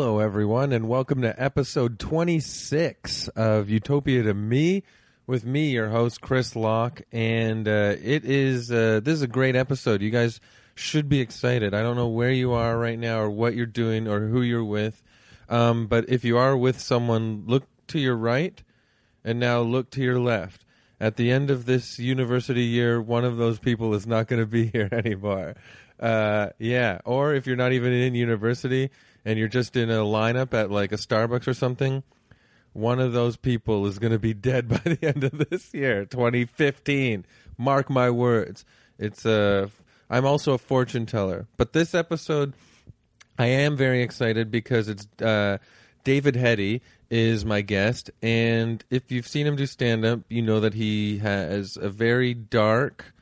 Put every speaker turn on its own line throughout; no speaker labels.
everyone, and welcome to episode 26 of Utopia to Me with me, your host, Chris Locke. And uh, it is, uh, this is a great episode. You guys should be excited. I don't know where you are right now or what you're doing or who you're with. Um, but if you are with someone, look to your right and now look to your left. At the end of this university year, one of those people is not going to be here anymore. Uh, yeah. Or if you're not even in university and you're just in a lineup at like a Starbucks or something, one of those people is going to be dead by the end of this year, 2015. Mark my words. It's a. I'm also a fortune teller, but this episode, I am very excited because it's uh, David Hetty is my guest, and if you've seen him do stand up, you know that he has a very dark,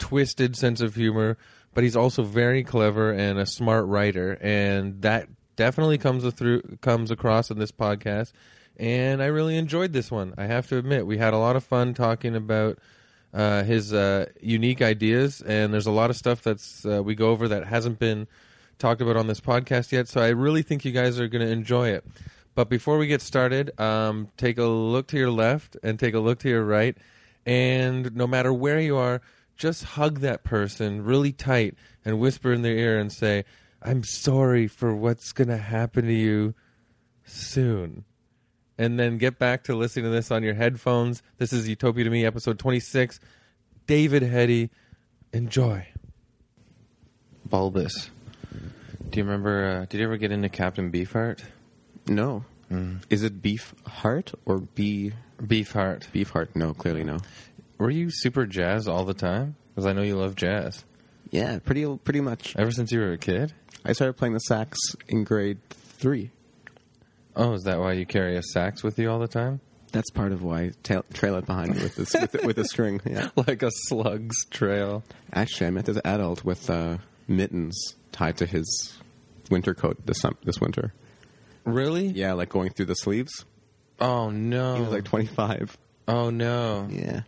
twisted sense of humor, but he's also very clever and a smart writer, and that definitely comes through comes across in this podcast. And I really enjoyed this one. I have to admit, we had a lot of fun talking about uh, his uh, unique ideas, and there's a lot of stuff that's uh, we go over that hasn't been talked about on this podcast yet. So I really think you guys are going to enjoy it. But before we get started, um, take a look to your left and take a look to your right, and no matter where you are, just hug that person really tight and whisper in their ear and say, "I'm sorry for what's going to happen to you soon." and then get back to listening to this on your headphones. This is Utopia to Me, episode 26. David Hetty, enjoy. Bulbous. Do you remember? Uh, did you ever get into Captain Beefheart? Mm.
No. Is it beef heart or bee
Beefheart.
beef heart? No, clearly no.
Were you super jazz all the time? Because I know you love jazz.
Yeah, pretty pretty much.
Ever since you were a kid.
I started playing the sax in grade three.
Oh, is that why you carry a sax with you all the time?
That's part of why I ta- trail it behind me with this with, with a string. Yeah.
Like a slug's trail.
Actually, I met this adult with uh, mittens tied to his winter coat this sum- this winter.
Really?
Yeah, like going through the sleeves.
Oh no.
He was like 25.
oh no.
Yeah.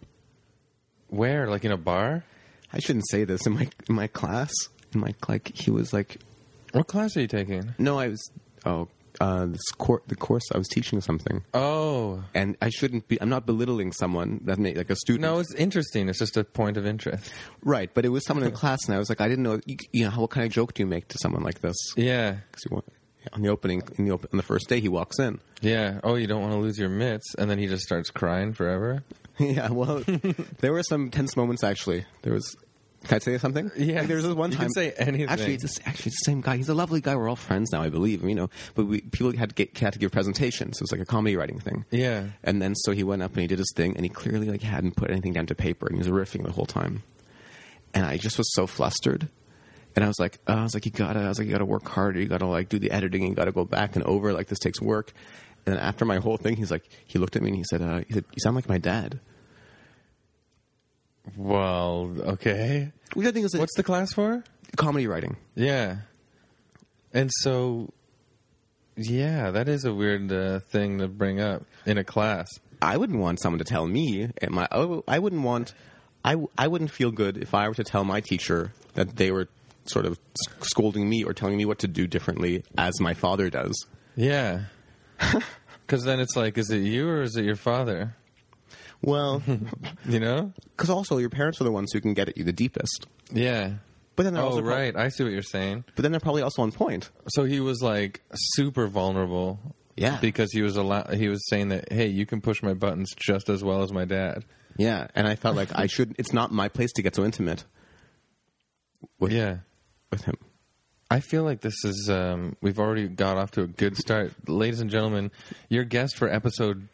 Where? Like in a bar?
I shouldn't say this in my in my class. In my like he was like
What class are you taking?
no, I was oh uh, this cor- the course I was teaching something.
Oh,
and I shouldn't be. I'm not belittling someone that may, like a student.
No, it's interesting. It's just a point of interest.
right. But it was someone in class, and I was like, I didn't know. You, you know, what kind of joke do you make to someone like this?
Yeah.
'Cause you want, on the opening, in the op- on the first day, he walks in.
Yeah. Oh, you don't want to lose your mitts. And then he just starts crying forever.
yeah. Well, there were some tense moments actually. There was. Can I say something?
Yes.
Like, there was this one
You
time.
can say anything.
Actually, it's this, actually it's the same guy. He's a lovely guy. We're all friends now, I believe. You know, but we, people had to get, had to give presentations. It was like a comedy writing thing.
Yeah.
And then so he went up and he did his thing, and he clearly like hadn't put anything down to paper, and he was riffing the whole time. And I just was so flustered, and I was like, uh I was like, you gotta, I was like, you gotta work harder, you gotta like do the editing, you gotta go back and over, like this takes work. And then after my whole thing, he's like, he looked at me and he said, uh, he said, you sound like my dad.
Well, okay.
Which I think is
What's the class for?
comedy writing.
Yeah. And so, yeah, that is a weird uh, thing to bring up in a class.
I wouldn't want someone to tell me, and my, I w- I wouldn't want, I, w- I wouldn't feel good if I were to tell my teacher that they were sort of s- scolding me or telling me what to do differently as my father does.
Yeah. Because then it's like, is it you or is it your father?
Well,
You know?
because also your parents are the ones who can get at you the deepest.
Yeah.
But then they're
Oh,
also prob-
right. I see what you're saying.
but then they're probably also on point.
So he was like super vulnerable.
Yeah.
Because he was allow- he was saying that hey, you can push my buttons just as well as my dad.
Yeah, and I felt like I should. It's not my place to get so intimate with,
Yeah.
with him.
I feel like this is um, we've already got off to a good start. Ladies and gentlemen, your guest for episode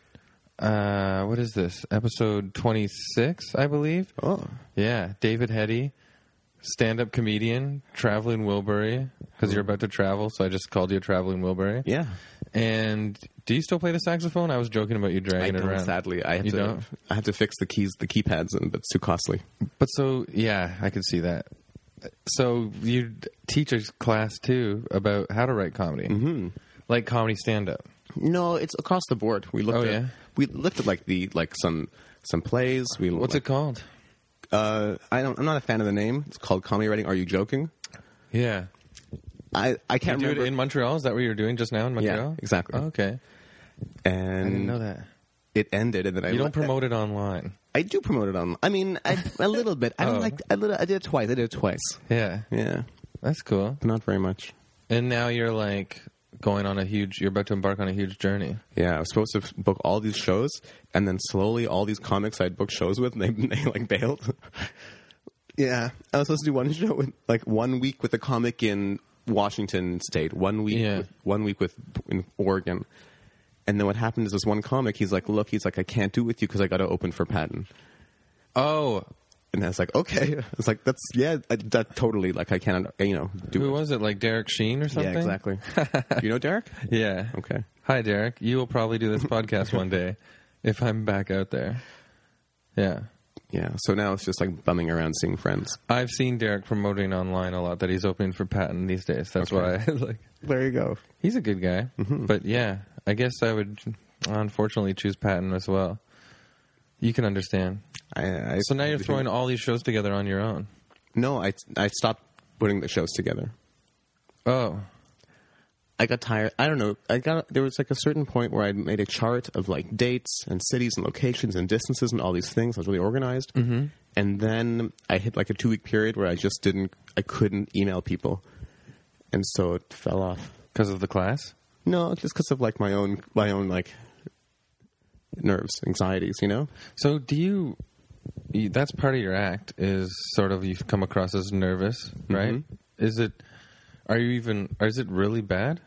uh, what is this? Episode 26, I believe.
Oh,
Yeah, David Hetty, stand-up comedian, traveling Wilbury because you're about to travel, so I just called you a traveling Wilbury.
yeah.
And do you still play the saxophone? I was joking about you
I
dragging it
don't,
around.
sadly, I have
You
to.
don't?
I have to fix the keys, the keypads, and that's too costly.
But so yeah, I could see that. So you d- teach a class too about how to write comedy, mm-hmm. like comedy stand up.
No, it's across the board. We looked
Oh,
at
yeah?
we looked at like the like some some plays. We
What's it called?
Uh, I don't. I'm not a fan of the name. It's called comedy writing. Are you joking?
Yeah,
I, I
You
can't
do it
remember.
in Montreal? Is that what you were doing just now in Montreal?
exactly.
Oh, okay.
and
I didn't know that.
it ended, and then I
You don't
went-
promote it online.
I do promote it on. I mean, I, a little bit. I don't
Oh.
like. I, little, I did it twice. I did it twice.
Yeah.
Yeah,
That's cool.
but not very much.
And now you're like going on a huge, you're about to embark on a huge journey.
Yeah, I was supposed to f- book all these shows, and then slowly all these comics I'd booked shows with, and they, they like bailed. yeah, I was supposed to do one show with like one week with a comic in Washington State, one week,
Yeah.
with, one week with in Oregon, and then what happened is this one comic, he's like, "Look, he's like, I can't do with you because I got to open for Patton."
Oh,
And I was like, "Okay," it's like that's yeah, I, that totally like I cannot you know do
who
it.
was it? Like Derek Sheen or something?
yeah exactly. do you know Derek?
Yeah.
Okay.
Hi, Derek. You will probably do this podcast one day if I'm back out there. Yeah.
Yeah, so now it's just like bumming around seeing friends.
I've seen Derek promoting online a lot that he's opening for Patton these days. That's
Okay.
why I like.
There you go.
He's a good guy, but yeah, I guess I would unfortunately choose Patton as well. You can understand.
I, I,
So now you're throwing all these shows together on your own.
No, I I stopped putting the shows together.
Oh,
I got tired. I don't know. I got there was like a certain point where I made a chart of like dates and cities and locations and distances and all these things. I was really organized. Mm-hmm. And then I hit like a two week period where I just didn't. I couldn't email people, and so it fell off.
because of the class.
No, just because of like my own my own like nerves, anxieties. You know.
So do you? you- That's part of your act. Is sort of you come across as nervous, right? Is it? Are you even? Or is it really bad?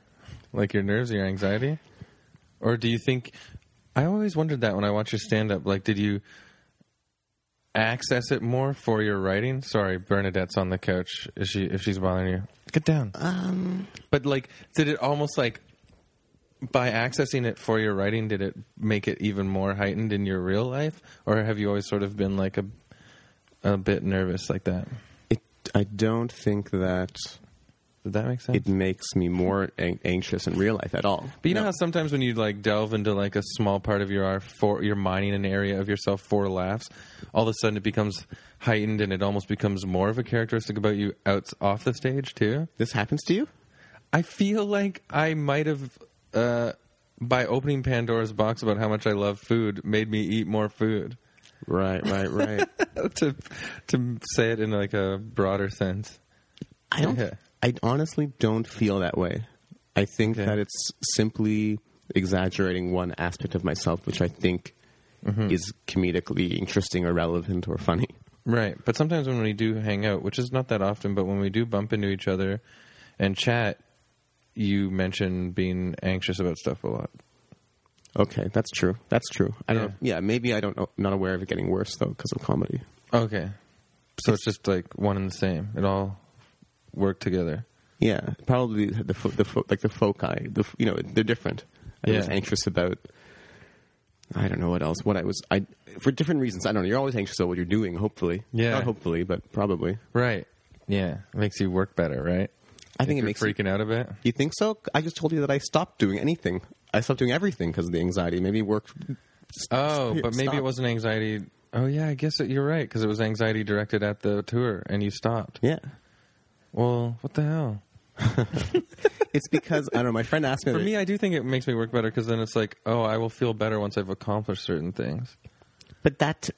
Like your nerves, your anxiety, or do you think? I always wondered that when I watched your stand up. Like, did you access it more for your writing? Sorry, Bernadette's on the couch. Is she? If she's bothering you, get down.
Um.
But like, did it almost like by accessing it for your writing, did it make it even more heightened in your real life, or have you always sort of been like a a bit nervous like that?
It. I don't think that
Did that make sense?
it makes me more an- anxious in real life at all.
but you know
No.
how sometimes when you like delve into like a small part of your art for you're mining an area of yourself for laughs, all of a sudden it becomes heightened and it almost becomes more of a characteristic about you out off the stage too.
this happens to you?
I feel like I might have, uh, by opening Pandora's box about how much I love food, made me eat more food.
Right, right, right.
to to say it in like a broader sense.
I don't.
Yeah.
I honestly don't feel that way. I think
Okay.
that it's simply exaggerating one aspect of myself, which I think is comedically interesting or relevant or funny.
Right. But sometimes when we do hang out, which is not that often, but when we do bump into each other and chat, you mention being anxious about stuff a lot.
Okay, that's true. That's true. I don't.
Yeah.
Yeah, maybe I don't. know Not aware of it getting worse though because of comedy.
Okay. So it's just like one and the same. It all worked together.
Yeah, probably the fo- the fo- like the foci. The f- you know they're different. I was
Yeah.
anxious about. I don't know what else. What I was I for different reasons. I don't know. You're always anxious about what you're doing. Hopefully,
Yeah.
Not hopefully, but probably.
Right. Yeah. Makes you work better, right?
I
If
think it
you're
makes
freaking out a bit.
you think so. I just told you that I stopped doing anything. I stopped doing everything because of the anxiety. Maybe work.
Oh,
Here,
but maybe
stop.
it wasn't anxiety. Oh yeah, I guess that you're right because it was anxiety directed at the tour, and you stopped.
Yeah,
Well, what the hell?
it's because I don't know. My friend asked me.
For me, I do think it makes me work better because then it's like, oh, I will feel better once I've accomplished certain things.
but that,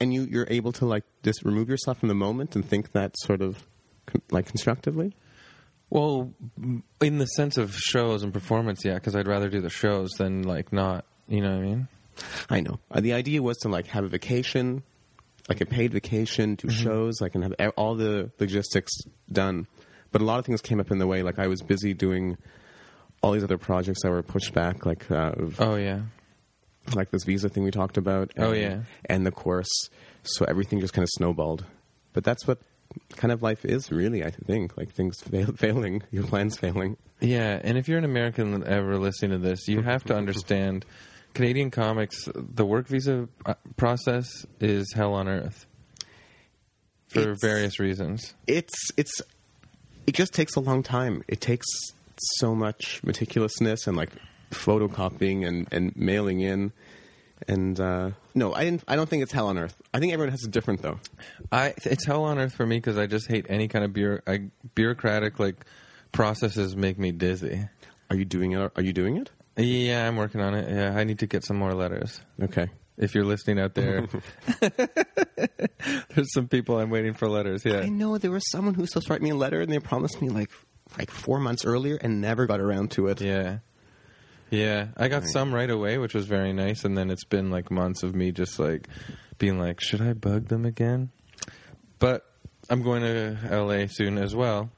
and you you're able to like just remove yourself from the moment and think that sort of con- like constructively.
Well, m- in the sense of shows and performance, yeah, because I'd rather do the shows than like not. You know what I mean?
I know. Uh, the idea was to like have a vacation, like a paid vacation, do
Mm-hmm.
shows, like and have e- all the logistics done. But a lot of things came up in the way. Like I was busy doing all these other projects that were pushed back, like uh, of-
Oh yeah,
like this visa thing we talked about. And,
Oh, yeah.
and the course. So everything just kind of snowballed. But that's what kind of life is, really. I think like things fail- failing, your plans failing.
yeah. And if you're an American ever listening to this, you have to understand Canadian comics. The work visa uh, process is hell on earth for
It's-
various reasons.
it's it's it just takes a long time. It takes so much meticulousness and like photocopying and and mailing in. And uh, no, I didn't. I don't think it's hell on earth. I think everyone has it different though.
I it's hell on earth for me because I just hate any kind of bureau, I, bureaucratic like processes make me dizzy.
Are you doing it? Are you doing it?
Yeah, I'm working on it. Yeah, I need to get some more letters.
Okay.
If you're listening out there, there's some people I'm waiting for letters. Yeah.
I know there was someone who was supposed to write me a letter, and they promised me like like four months earlier, and never got around to it.
Yeah. Yeah. I got some right away, which was very nice. And then it's been like months of me just like being like, should I bug them again? But I'm going to LA soon as well.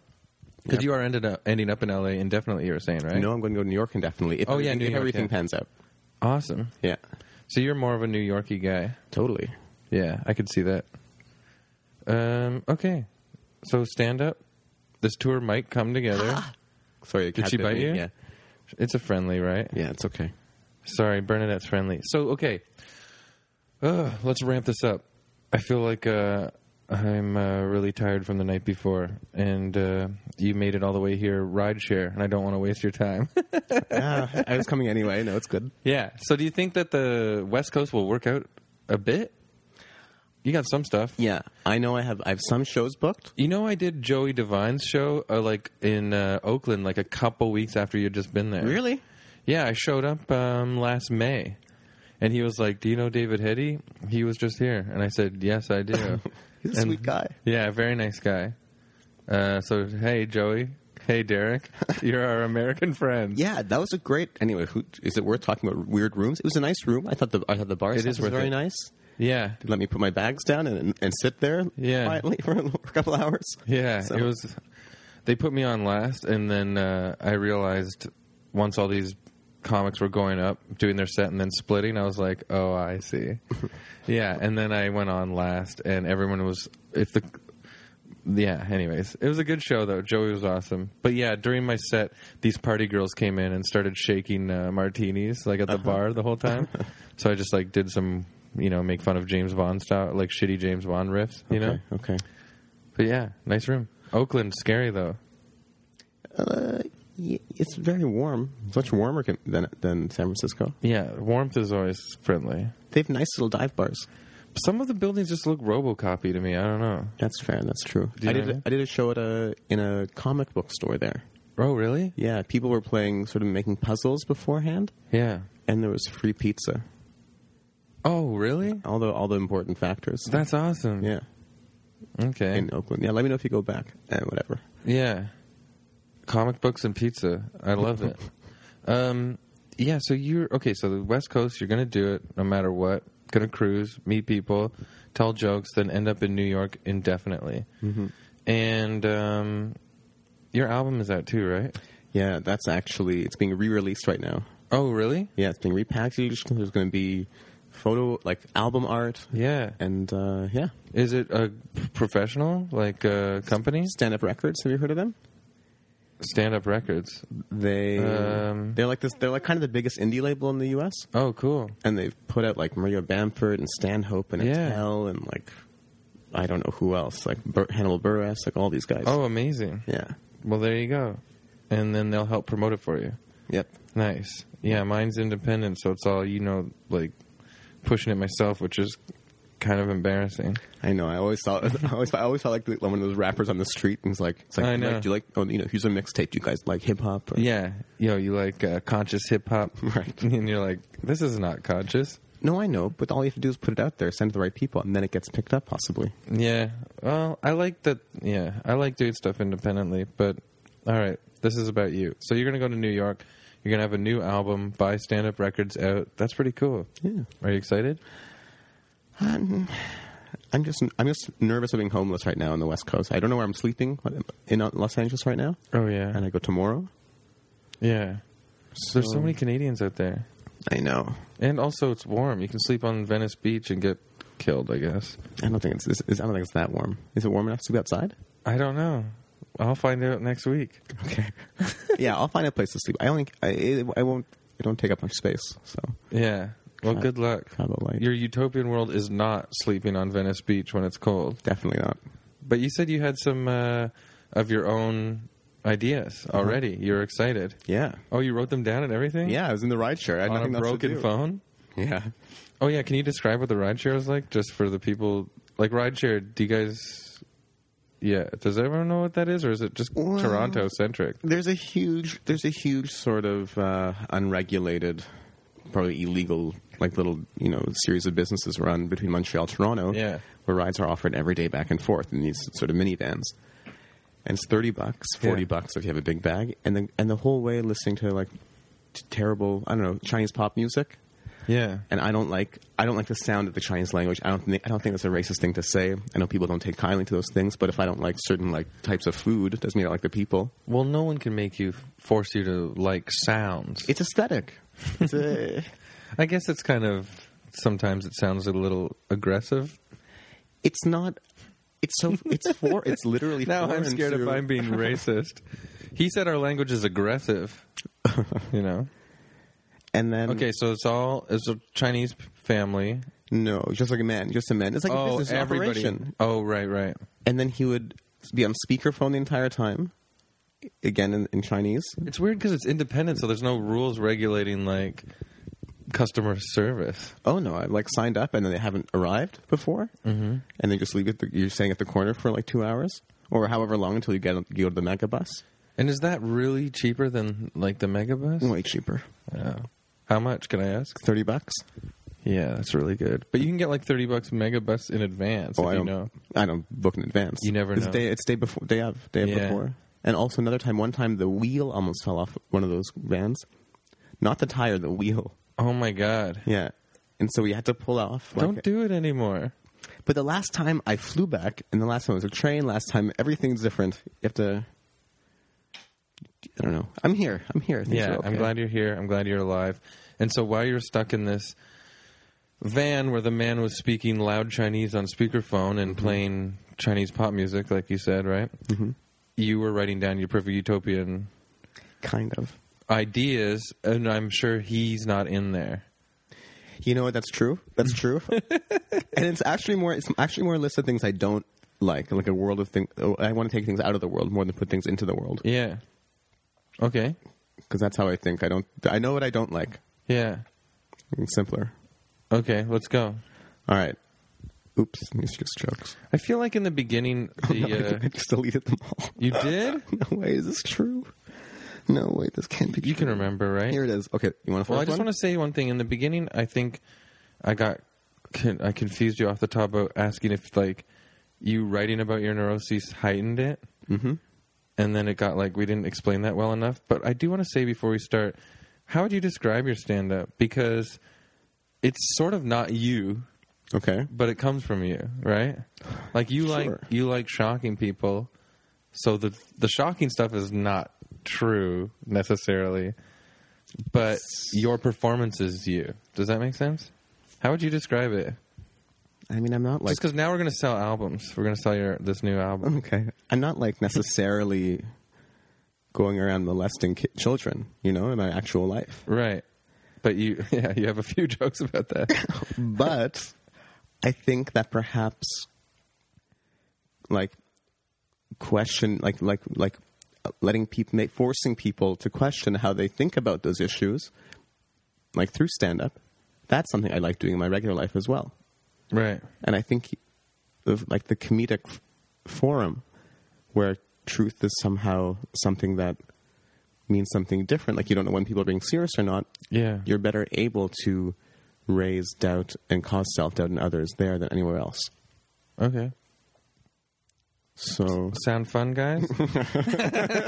Because you are ended up ending up in LA indefinitely, you were saying, right?
No, I'm going to go to New York indefinitely. If
Oh, yeah,
everything-
New
if
York,
everything
yeah.
pans out.
Awesome.
Yeah,
So you're more of a New Yorkie guy.
totally.
Yeah, I could see that. Um, okay. So stand up. This tour might come together.
Sorry, the
Did
cat
she
bit
bite
me.
you?
Yeah,
it's a friendly, right?
yeah, it's okay.
Sorry, Bernadette's friendly. So okay, Ugh, let's ramp this up. I feel like uh, I'm uh, really tired from the night before, and uh, you made it all the way here rideshare, and I don't want to waste your time.
Ah, I was coming anyway. No, it's good.
yeah. So do you think that the West Coast will work out a bit? You got some stuff.
Yeah, I know. I have I have some shows booked.
You know, I did Joey Devine's show uh, like in uh, Oakland, like a couple weeks after you'd just been there.
Really?
Yeah, I showed up um, last May, and he was like, "Do you know David Hetty? He was just here." And I said, "Yes, I do."
He's a
And-
sweet guy.
Yeah, very nice guy. Uh, so hey, Joey. Hey, Derek. You're our American friends.
Yeah, that was a great. Anyway, who, is it worth talking about weird rooms? It was a nice room. I thought the I thought the bar
It
stuff
is
was
worth
very
it.
nice.
yeah,
They let me put my bags down and, and sit there
Yeah.
quietly for a couple hours.
yeah.
So-
It was. They put me on last, and then uh, I realized once all these comics were going up, doing their set, and then splitting, I was like, "Oh, I see." yeah, and then I went on last, and everyone was. If the yeah anyways it was a good show though joey was awesome but yeah during my set these party girls came in and started shaking uh, martinis like at
Uh-huh.
the bar the whole time so i just like did some you know make fun of james bond style like shitty james bond riffs you know
Okay, okay.
but yeah nice room oakland scary though
Y- It's very warm. It's much warmer can- than than San Francisco.
yeah warmth is always friendly
They have nice little dive bars.
some of the buildings just look robocopy to me i don't know
That's fair. That's true.
Do you
I
know
did.
what I
A,
mean?
I did a show at a in a comic book store there.
oh really
Yeah, people were playing, sort of making puzzles beforehand,
yeah
and there was free pizza.
oh really
All the all the important factors.
that's awesome
yeah,
okay
in Oakland. Yeah, let me know if you go back and whatever.
Yeah. Comic books and pizza. I love it. um, yeah, so you're okay, so the West Coast, you're gonna do it no matter what. Gonna cruise, meet people, tell jokes, then end up in New York indefinitely. And um, your album is out too, right?
Yeah, that's actually it's being re-released right now.
Oh, really?
Yeah, it's being repackaged. There's going to be photo like album art
Yeah.
and uh, yeah,
Is it a professional like uh, company?
Stand Up Records. Have you heard of them?
Stand Up Records.
They
Um,
they're like this. They're like kind of the biggest indie label in the U.S.
Oh, cool.
And they've put out like Maria Bamford and Stanhope and
Yeah.
Attell and like I don't know who else like Bur- Hannibal Buress, like all these guys.
Oh, amazing.
yeah,
Well, there you go. And then they'll help promote it for you.
yep.
Nice. Yeah, mine's independent, so it's all you know, like pushing it myself, which is kind of embarrassing.
I know. I always thought. I always. I always felt like the- one of those rappers on the street, and it's like, it's like,
I
do you
know.
like, do you like? Oh, you know, here's a mixtape. Do you guys like hip hop? or-
Yeah, you know, you like uh, conscious hip hop,
Right.
And you're like, this is not conscious.
No, I know, but all you have to do is put it out there, send it to the right people, and then it gets picked up, possibly.
Yeah. Well, I like that. Yeah, I like doing stuff independently. But all right, this is about you. So you're gonna go to New York. You're gonna have a new album by Stand Up Records out. That's pretty cool.
Yeah.
Are you excited?
I'm, I'm just I'm just nervous of being homeless right now on the West Coast. I don't know where I'm sleeping in uh, Los Angeles right now,
Oh yeah.
and I go tomorrow.
yeah. There's so many Canadians out there.
I know.
And also, it's warm. You can sleep on Venice Beach and get killed. I guess.
I don't think it's, it's, I don't think it's that warm. Is it warm enough to be outside?
I don't know. I'll find out next week.
Okay. yeah, I'll find a place to sleep. I only I, it, I won't it don't take up much space, so
Yeah. Well, good luck.
probably
Your utopian world is not sleeping on Venice Beach when it's cold.
definitely not.
But you said you had some uh, of your own ideas
Mm-hmm.
already. You're excited.
Yeah.
Oh, you wrote them down and everything.
Yeah, I was in the rideshare. I had
On a
nothing else to
broken
do.
phone.
Yeah.
Oh yeah. Can you describe what the rideshare was like, just for the people? Like rideshare. Do you guys? yeah. Does everyone know what that is, or is it just
Well-
Toronto centric?
There's a huge, there's a huge sort of uh, unregulated, probably illegal, like little you know series of businesses run between Montreal, and Toronto,
Yeah.
where rides are offered every day back and forth in these sort of minivans, and it's thirty bucks, forty
Yeah.
bucks if you have a big bag, and then and the whole way listening to like t- terrible, I don't know, Chinese pop music.
Yeah.
and I don't like I don't like the sound of the Chinese language. I don't think I don't think that's a racist thing to say. I know people don't take kindly to those things, but if I don't like certain like types of food, it doesn't mean I like the people.
Well, no one can make you force you to like sounds.
It's aesthetic. It's uh, a,
I guess it's kind of sometimes it sounds a little aggressive.
it's not. It's so. It's for. It's literally.
Now I'm
foreign
scared
to,
if I'm being racist. He said our language is aggressive. You know.
And then
Okay, so it's all it's a Chinese family.
no, just like a man, just a man. It's like a
oh,
business
everybody.
operation.
Oh, right, right.
And then he would be on speakerphone the entire time. Again in, in Chinese.
It's weird because it's independent, so there's no rules regulating like customer service.
oh no, I've like signed up and then they haven't arrived before, mm-hmm. and they just leave it. You're staying at the corner for like two hours or however long until you get you go to the mega bus.
And is that really cheaper than like the megabus?
Way cheaper,
Yeah. How much can I ask?
thirty bucks.
Yeah, that's really good. But you can get like thirty bucks megabus in advance if
Oh, I
you
don't.
know.
I don't book in advance.
You never
it's
know.
Day, it's day before, day of, day of
Yeah.
before. And also another time, one time the wheel almost fell off one of those vans, not the tire, the wheel.
Oh my god.
Yeah, and so we had to pull off. like-
Don't do it anymore.
But the last time I flew back, and the last time it was a train. Last time everything's different. You have to. I don't know. I'm here. I'm here. Things
yeah,
are okay.
I'm glad you're here. I'm glad you're alive. And so while you're stuck in this van where the man was speaking loud Chinese on speakerphone and playing Chinese pop music, like you said, right? Mm-hmm. You were writing down your perfect utopian
Kind of.
ideas, and I'm sure he's not in there.
You know what? That's true. That's true. and it's actually more. It's actually more a list of things I don't like. Like a world of things. oh, I want to take things out of the world more than put things into the world.
Yeah. Okay.
Because that's how I think. I don't. I know what I don't like.
Yeah.
It's simpler.
Okay, let's go.
All right. Oops. These are just jokes.
I feel like in the beginning,
No, I,
the uh,
I just deleted them all.
you did.
No way. Is this true? No way. This can't be.
You can
true.
remember, right?
Here it is. Okay, you want to?
Well, I just want to say one thing. In the beginning, I think I got con- I confused you off the top about asking if like you writing about your neuroses heightened it, mm-hmm. and then it got like we didn't explain that well enough. But I do want to say before we start, how would you describe your stand up? Because it's sort of not you,
to. Okay.
but it comes from you, right? Like you like
Sure.
you like shocking people, so the the shocking stuff is not true necessarily, but your performance is you. Does that make sense? How would you describe it?
I mean, I'm not like
Just because now we're gonna sell albums, we're gonna sell your this new album.
okay. I'm not like necessarily going around molesting ki- children, you know, in my actual life.
Right. But you, yeah, you have a few jokes about that.
But I think that perhaps, like, question, like, like, like, uh, letting people, make, forcing people to question how they think about those issues, like through stand up. That's something I like doing in my regular life as well.
right.
and I think the, like the comedic f- forum where truth is somehow something that means something different. Like you don't know when people are being serious or not.
Yeah.
You're better able to raise doubt and cause self doubt in others there than anywhere else.
okay.
So
Sound fun, guys?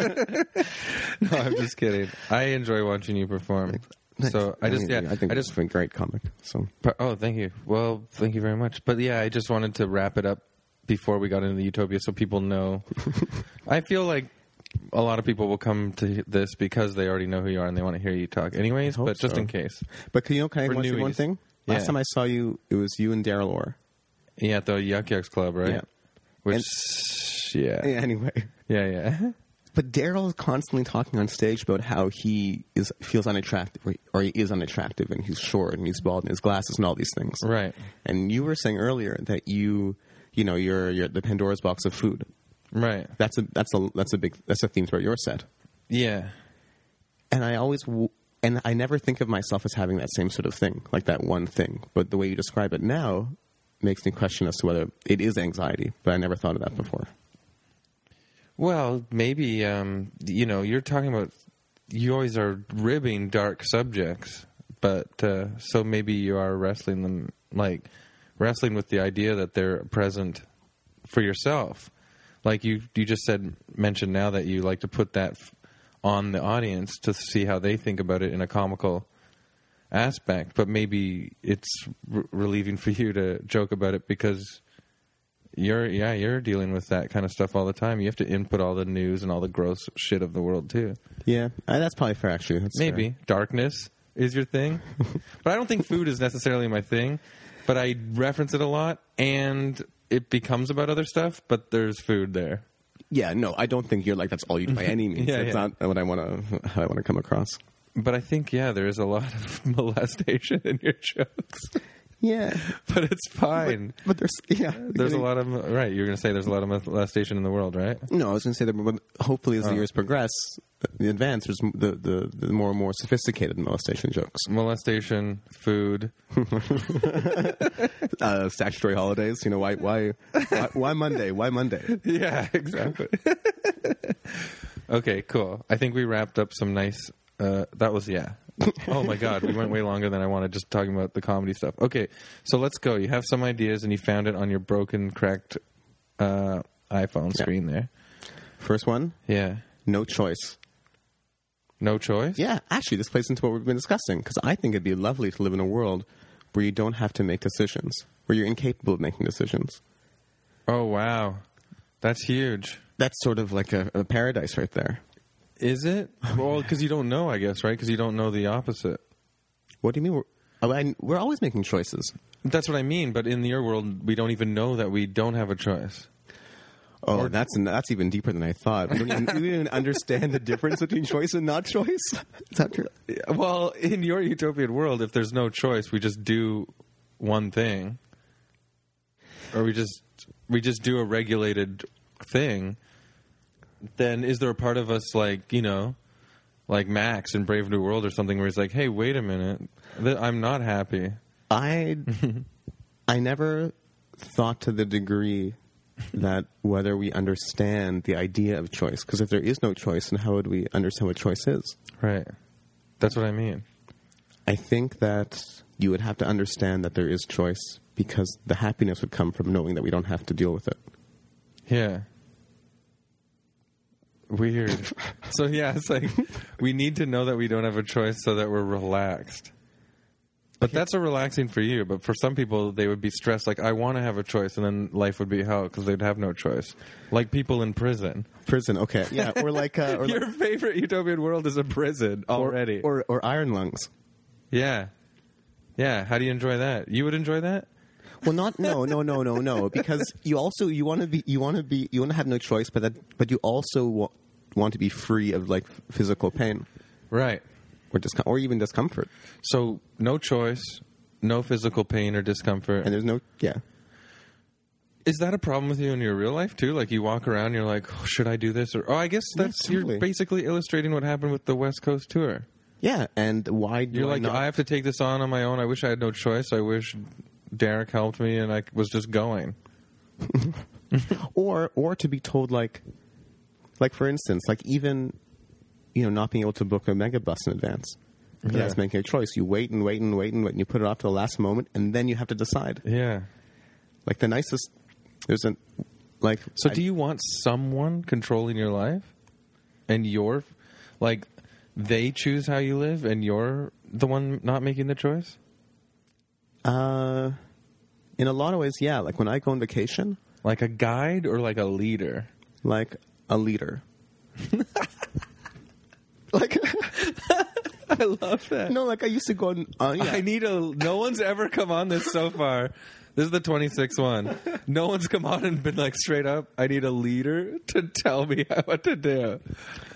no, I'm just kidding. I enjoy watching you perform. So I just
mean,
yeah,
I think
I just
been a great comic. So
Pro- Oh, thank you. Well, thank you very much. But yeah, I just wanted to wrap it up before we got into the utopia so people know. I feel like a lot of people will come to this because they already know who you are and they want to hear you talk anyways,
I hope
but just
so.
in case.
but can you know, can
For
I want you one
newies.
thing?
Yeah.
Last time I saw you, it was you and Daryl Orr.
Yeah, at the Yuck Yucks Club, right?
Yeah.
Which, yeah. yeah.
Anyway.
Yeah,
But Daryl is constantly talking on stage about how he is feels unattractive, or, or he is unattractive, and he's short, and he's bald, and his glasses, and all these things.
Right.
And you were saying earlier that you, you know, you're, you're the Pandora's box of food.
Right.
That's a that's a that's a big that's a theme throughout your set.
Yeah.
And I always w- and I never think of myself as having that same sort of thing, like that one thing. But the way you describe it now makes me question as to whether it is anxiety. But I never thought of that before.
Well, maybe um, you know you're talking about you always are ribbing dark subjects, but uh, so maybe you are wrestling them like wrestling with the idea that they're present for yourself. Like you, you just said mentioned now that you like to put that f- on the audience to see how they think about it in a comical aspect, but maybe it's r- relieving for you to joke about it because you're yeah you're dealing with that kind of stuff all the time. You have to input all the news and all the gross shit of the world too.
Yeah, uh, that's probably fair. Actually, That's fair.
Maybe darkness is your thing, but I don't think food is necessarily my thing. But I reference it a lot, and it becomes about other stuff. But there's food there.
Yeah, no, I don't think you're like that's all you do by any means.
Yeah,
that's
yeah.
not what I want to how I want to come across.
But I think yeah, there is a lot of molestation in your jokes.
Yeah,
But it's fine.
but there's yeah,
There's a lot of right. You're gonna say there's a lot of molestation in the world, right?
No, I was going to say that. But hopefully, as the years progress, the advance, there's m- the, the the more and more sophisticated molestation jokes.
Molestation, food.
Uh, statutory holidays. You know why why why, why Monday? Why Monday?
Yeah, exactly. okay, cool. I think we wrapped up some nice. Uh, that was yeah. oh my god, we went way longer than I wanted just talking about the comedy stuff. Okay, so let's go. You have some ideas, and you found it on your broken, cracked uh, iPhone screen there.
First one,
Yeah.
no choice.
No choice.
Yeah, actually, this plays into what we've been discussing because I think it'd be lovely to live in a world where you don't have to make decisions, where you're incapable of making decisions.
Oh wow, that's huge.
That's sort of like a, a paradise right there.
Is it? Well, because you don't know, I guess, right? Because you don't know the opposite.
What do you mean? We're, oh, I, we're always making choices.
That's what I mean. But in your world, we don't even know that we don't have a choice.
Oh, that's that's even deeper than I thought. We don't even, we don't even understand the difference between choice and not choice. Is that true?
Well, in your utopian world, if there's no choice, we just do one thing, or we just we just do a regulated thing. Then is there a part of us like you know, like Max in Brave New World or something, where he's like, "Hey, wait a minute, Th- I'm not happy."
I I never thought to the degree that whether we understand the idea of choice, because if there is no choice, then how would we understand what choice is?
Right. That's what I mean.
I think that you would have to understand that there is choice because the happiness would come from knowing that we don't have to deal with it.
Yeah. Weird. so yeah, it's like we need to know that we don't have a choice so that we're relaxed. But that's a relaxing for you. But for some people, they would be stressed. Like, I want to have a choice, and then life would be hell because they'd have no choice. Like people in prison.
Prison, okay, yeah, or like uh, or, like-
Your favorite utopian world is a prison already.
or or iron lungs.
yeah, yeah. How do you enjoy that? You would enjoy that.
Well, not no, no, no, no, no. Because you also you want to be you want to be you want to have no choice, but that but you also wa- want to be free of like physical pain
Right.
or discom- or even discomfort.
So no choice, no physical pain or discomfort,
And there's no yeah.
Is that a problem with you in your real life too? Like you walk around, and you're like, oh, should I do this? Or oh, I guess that's
totally.
you're basically illustrating what happened with the West Coast tour.
Yeah, and why do
You're
I
like,
not?
I have to take this on on my own. I wish I had no choice. I wish Derek helped me, and I was just going.
or or to be told like like for instance like even you know not being able to book a mega bus in advance But
Yeah.
that's making a choice you wait and wait and wait and wait and you put it off to the last moment and then you have to decide
Yeah.
like the nicest there's an like
So
I-
do you want someone controlling your life and your like they choose how you live, and you're the one not making the choice?
uh in a lot of ways yeah like when i go on vacation
Like a guide or like a leader?
like a leader like
I love that.
no like i used to go on uh, yeah.
I need a. No one's ever come on this so far. This is the 26th one. No one's come on and been like straight up. I need a leader to tell me what to do.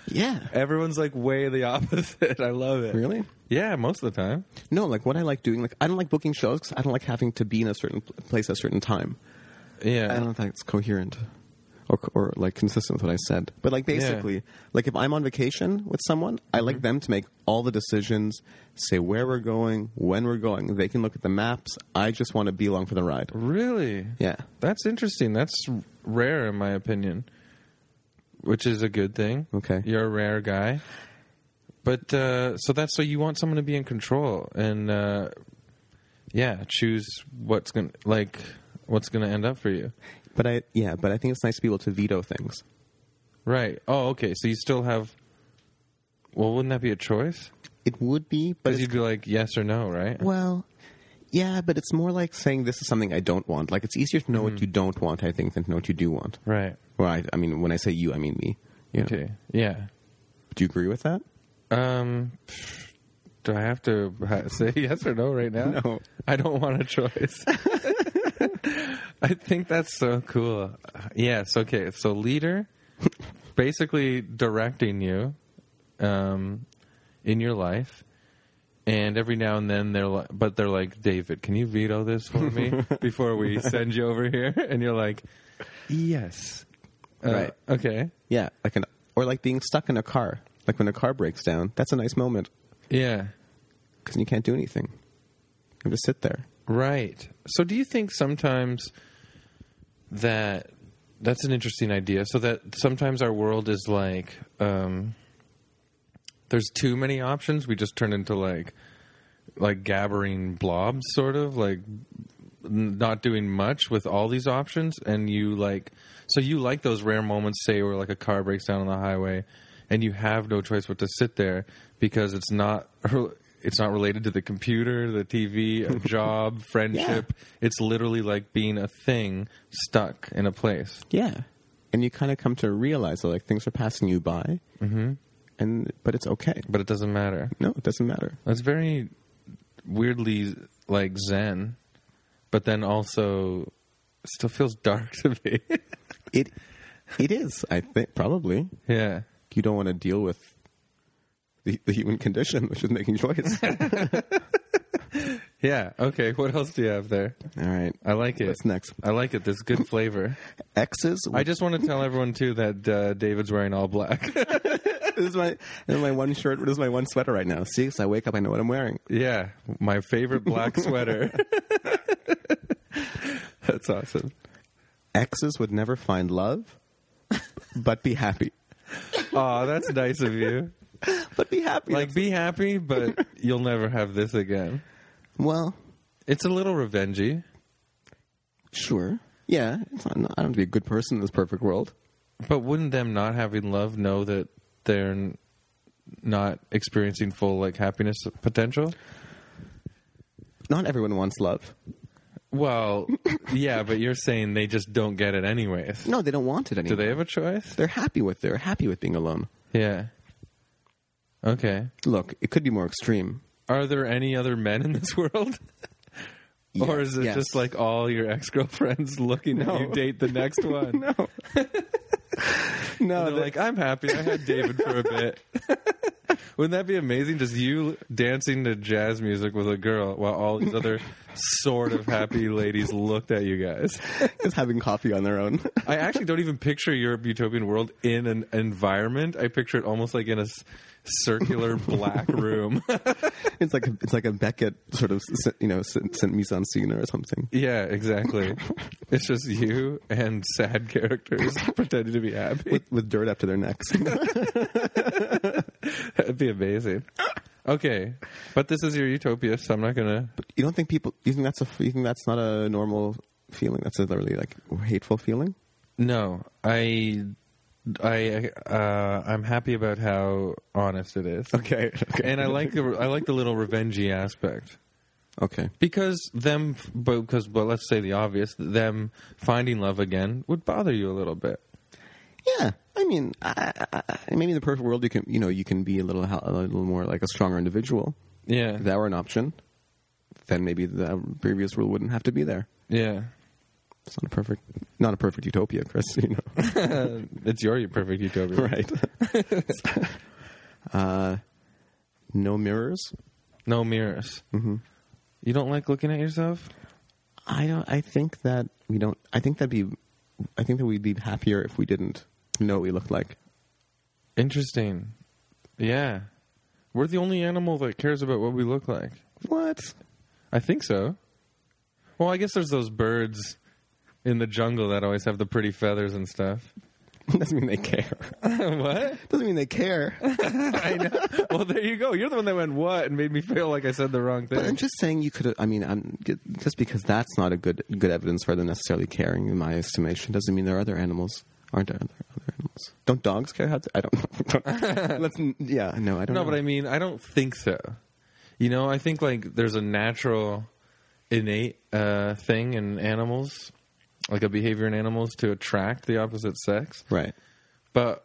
yeah
Everyone's like way the opposite. I love it.
Really?
Yeah, most of the time.
No, like what I like doing, like I don't like booking shows 'cause I don't like having to be in a certain pl- place at a certain time. I
Yeah.
don't think it's coherent or, or like consistent with what I said. But like basically, like if I'm on vacation with someone, I like them to make all the decisions, say where we're going, when we're going. They can look at the maps. I just want to be along for the ride.
Really?
Yeah.
That's interesting. That's rare in my opinion. which is a good thing.
Okay.
You're a rare guy. But uh, so that's so you want someone to be in control and uh, yeah, choose what's going to like what's going to end up for you.
But I yeah, but I think it's nice to be able to veto things.
Right. Oh, okay. So you still have well, wouldn't that be a choice?
It would be, but
Because
it's,
you'd be like yes or no, right?
well, yeah, but it's more like saying this is something I don't want. Like it's easier to know what you don't want, I think, than to know what you do want.
Right.
Well, I, I mean, when I say you, I mean me. You know.
Okay. Yeah.
Do you agree with that?
Um, do I have to ha- say yes or no right now?
No.
I don't want a choice. I think that's so cool. Yes. Okay. So leader, basically directing you, um, in your life. And every now and then they're like, but they're like, David, can you veto this for me before we send you over here? And you're like, yes. Uh,
Right.
Okay.
Yeah, like an or like being stuck in a car. Like when a car breaks down, that's a nice moment
Yeah.
because you can't do anything. You just sit there.
Right. So do you think sometimes that that's an interesting idea. So that sometimes our world is like um there's too many options, we just turn into like like gabbering blobs sort of like n- not doing much with all these options and you like so you like those rare moments say where like a car breaks down on the highway and you have no choice but to sit there because it's not it's not related to the computer the tv a job friendship it's literally like being a thing stuck in a place
Yeah, and you kind of come to realize that like things are passing you by, mm-hmm. and but it's okay.
but it doesn't matter
No, it doesn't matter.
that's very weirdly like zen but then also still feels dark to me
It it is. I think probably
yeah
you don't want to deal with the, the human condition, which is making choice. All
Yeah. Okay. What else do you have there?
right,
I like it.
What's next?
I like it. There's good flavor.
X's.
I just want to tell everyone too that uh, David's wearing all black.
this is my this is my one shirt. This is my one sweater right now. See, 'Cause I wake up, I know what I'm wearing.
yeah, my favorite black sweater. That's awesome.
Exes would never find love, but be happy.
Aw, that's nice of you.
But be happy.
Like, be happy, but you'll never have this again.
well,
It's a little revengey,
sure. Yeah, it's not, I don't have to be a good person in this perfect world.
but wouldn't them not having love know that they're n- not experiencing full like happiness potential?
Not everyone wants love.
Well, yeah, but you're saying they just don't get it anyways.
No, they don't want it
Do
anymore.
they have a choice?
They're happy with they're happy with being alone.
Yeah. Okay.
Look, it could be more extreme.
Are there any other men in this world? or
Yes,
is it
yes.
just like all your ex girlfriends looking
No.
at you date the next one?
No.
And
no,
they're like, I'm happy. I had David for a bit. Wouldn't that be amazing? Just you dancing to jazz music with a girl while all these other sort of happy ladies looked at you guys.
just having coffee on their own.
I actually don't even picture your utopian world in an environment. I picture it almost like in a s- circular black room.
it's like a, it's like a Beckett sort of s- you know sent mise en scene or something.
Yeah, exactly. it's just you and sad characters pretending to be happy.
With, with dirt up to their necks.
That'd be amazing. Okay, but this is your utopia, so I'm not gonna.
you don't think people? You think that's a? You think that's not a normal feeling? That's a really like hateful feeling.
No, I, I, uh, I'm happy about how honest it is,
Okay. Okay.
and I like the I like the little revengey aspect.
okay.
Because them, but because but let's say the obvious, them finding love again would bother you a little bit.
Yeah. I mean, I, I, I- maybe in the perfect world, you can you know you can be a little hel- a little more like a stronger individual.
Yeah,
If that were an option, then maybe the previous rule wouldn't have to be there.
yeah.
It's not a perfect, not a perfect utopia, Chris. You know,
it's your perfect utopia,
right? uh, no mirrors.
No mirrors. Mm-hmm. You don't like looking at yourself?
I don't. I think that we don't. I think that'd be. I think that we'd be happier if we didn't know what we looked like.
Interesting. Yeah. We're the only animal that cares about what we look like.
What?
I think so. Well, I guess there's those birds in the jungle that always have the pretty feathers and stuff.
Doesn't mean they care.
what?
Doesn't mean they care.
I know. Well, there you go. You're the one that went what and made me feel like I said the wrong
But I'm
thing.
just saying you could. I mean, I'm just because that's not a good good evidence for them necessarily caring, in my estimation, doesn't mean there are other animals. Aren't there other, other animals? Don't dogs care? How to, I don't know. Don't- let's, yeah, no, I don't.
No,
know.
but I mean, I don't think so. You know, I think like there's a natural, innate uh, thing in animals, like a behavior in animals to attract the opposite sex.
right.
but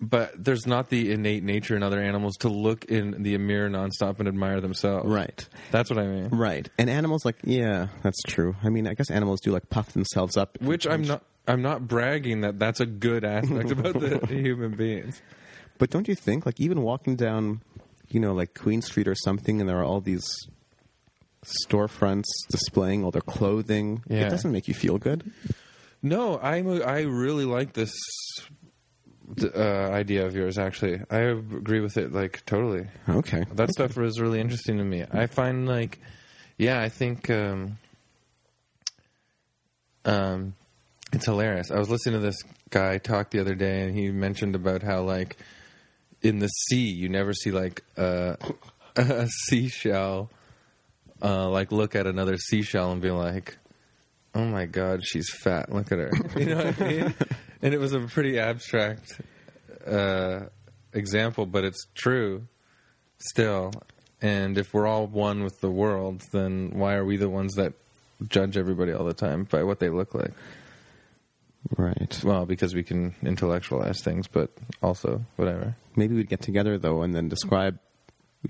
but there's not the innate nature in other animals to look in the mirror nonstop and admire themselves.
Right.
That's what I mean.
Right. And animals, like, yeah, that's true. I mean, I guess animals do, like, puff themselves up.
Which I'm not. I'm not bragging that that's a good aspect about the human beings.
But don't you think, like, even walking down, you know, like Queen Street or something, and there are all these storefronts displaying all their clothing,
Yeah.
it doesn't make you feel good.
No, I'm. A, I really like this uh, idea of yours. Actually, I agree with it like totally.
Okay.
That stuff was really interesting to me. I find like, yeah, I think um, um, it's hilarious. I was listening to this guy talk the other day, and he mentioned about how like in the sea you never see like a, a seashell uh, like look at another seashell and be like, oh my god, she's fat. Look at her. You know what I mean? And it was a pretty abstract uh, example, but it's true still. And if we're all one with the world, then why are we the ones that judge everybody all the time by what they look like?
Right.
Well, because we can intellectualize things, but also whatever.
Maybe we'd get together, though, and then describe,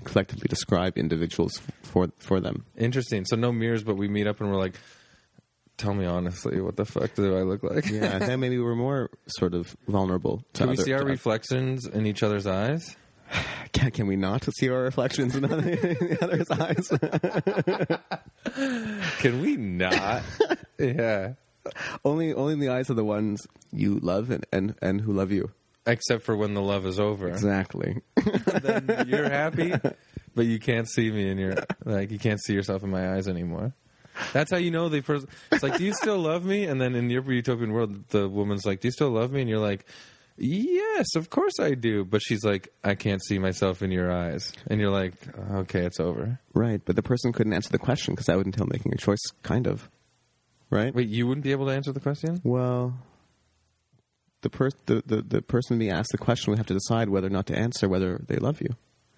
collectively describe individuals for, for them.
Interesting. So no mirrors, but we meet up and we're like, "Tell me honestly, what the fuck do I look like?"
Yeah. then maybe we're more sort of vulnerable to
Can we
other-
see our
to oth-
reflections in each other's eyes?
Can, can we not see our reflections in other, in others' eyes?
Can we not? yeah.
only, only in the eyes of the ones you love and, and, and who love you.
Except for when the love is over.
Exactly.
then you're happy, but you can't see me in your like you can't see yourself in my eyes anymore. That's how you know the person. It's like, do you still love me? And then in your utopian world, the woman's like, do you still love me? And you're like, yes, of course I do. But she's like, I can't see myself in your eyes. And you're like, okay, it's over.
Right, but the person couldn't answer the question because I would until making a choice, kind of. Right?
Wait, you wouldn't be able to answer the question?
Well, the, per- the, the the person being asked the question would have to decide whether or not to answer whether they love you,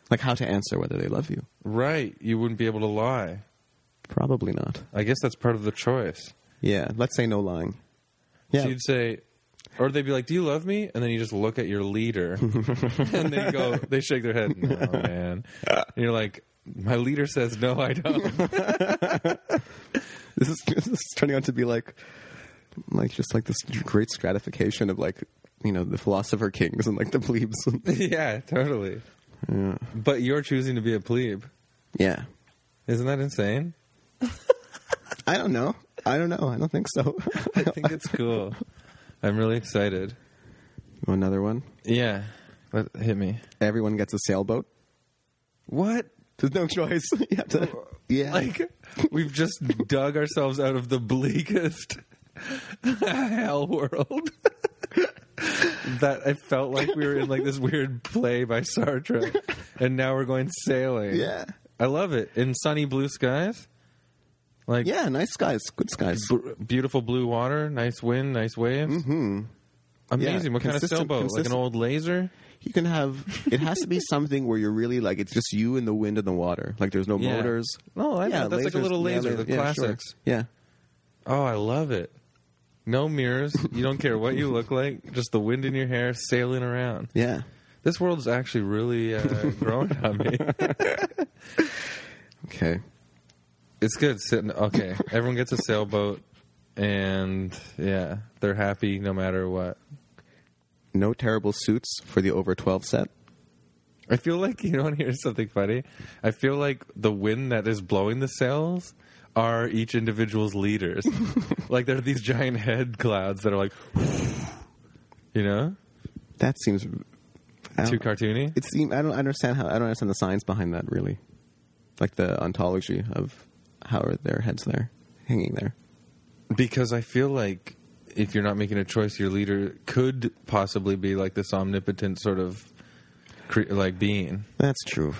like how to answer whether they love you.
Right, you wouldn't be able to lie.
Probably not.
I guess that's part of the choice.
Yeah, let's say no lying.
So
Yeah,
you'd say, or they'd be like, "Do you love me?" And then you just look at your leader, and they go, they shake their head, "No, man." And you're like, "My leader says no, I don't."
this is, this is turning out to be like, like just like this great stratification of like, you know, the philosopher kings and like the plebes.
yeah, totally. But you're choosing to be a plebe.
yeah,
Isn't that insane?
I don't know. I don't know. I don't think so.
I think it's cool. I'm really excited.
Oh, Another one.
Yeah, let hit me.
Everyone gets a sailboat.
What?
There's no choice. You have to- yeah.
Like we've just dug ourselves out of the bleakest hell world. that I felt like we were in like this weird play by Sartre, and now we're going sailing.
yeah.
I love it in sunny blue skies, like
Yeah, nice skies. Good skies.
b- beautiful blue water, nice wind, nice waves. Mm-hmm. Amazing!
Yeah,
what kind of
consistent-
sailboat? Like an
consistent-
old laser?
You can have, it has to be something where you're really like, it's just you and the wind and the water. Like there's no
Yeah.
motors.
No, I know. That's like a little laser, the
yeah, sure.
classics.
Yeah.
Oh, I love it. No mirrors. You don't care what you look like. Just the wind in your hair, sailing around.
Yeah.
This world's actually really uh, growing on me.
Okay.
It's good sitting. Okay, everyone gets a sailboat, and yeah, they're happy no matter what.
No terrible suits for the over 12 set.
I feel like you want to hear something funny. I feel like the wind that is blowing the sails are each individual's leaders. like there are these giant head clouds that are like, you know,
That seems. I
too
don't,
cartoony.
it seem, I don't understand how, I don't understand the science behind that really. Like the ontology of how are their heads there, hanging there.
Because I feel like if you're not making a choice, your leader could possibly be like this omnipotent sort of cre- like being.
That's true.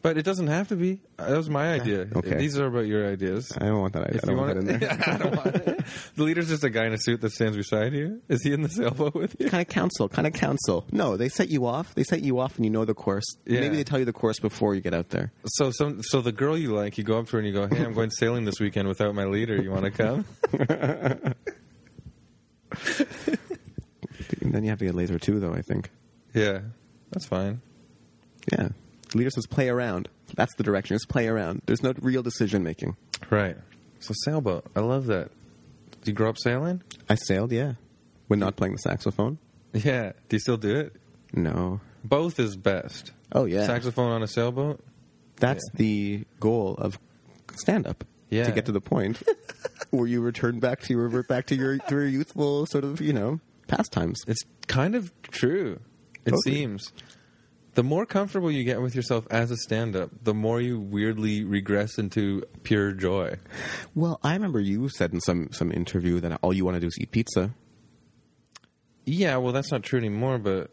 But it doesn't have to be. Uh, That was my idea.
Okay.
These are about your ideas.
I don't want that. I,
If
don't
you
want,
wanna-
that in there.
I don't want it. The leader's just a guy in a suit that stands beside you. Is he in the sailboat with you?
kind of counsel, kind of counsel. No, they set you off. They set you off, and you know the course.
Yeah.
Maybe they tell you the course before you get out there.
So some so the girl you like, you go up to her and you go, "Hey, I'm going sailing this weekend without my leader. You want to come?"
And then you have to get laser too, though. I think.
yeah, that's fine.
Yeah, leader says play around. That's the direction. Just play around. There's no real decision making.
Right. So sailboat. I love that. Did you grow up sailing?
I sailed, yeah, when not playing the saxophone.
Yeah. Do you still do it?
No,
Both is best.
Oh, yeah.
Saxophone on a sailboat.
that's the goal of stand up.
Yeah.
to get to the point where you return back to you revert back to your to your youthful sort of you know pastimes.
It's kind of true. It
Totally.
seems. The more comfortable you get with yourself as a stand up, the more you weirdly regress into pure joy.
Well, I remember you said in some some interview that all you want to do is eat pizza.
Yeah, well, that's not true anymore, but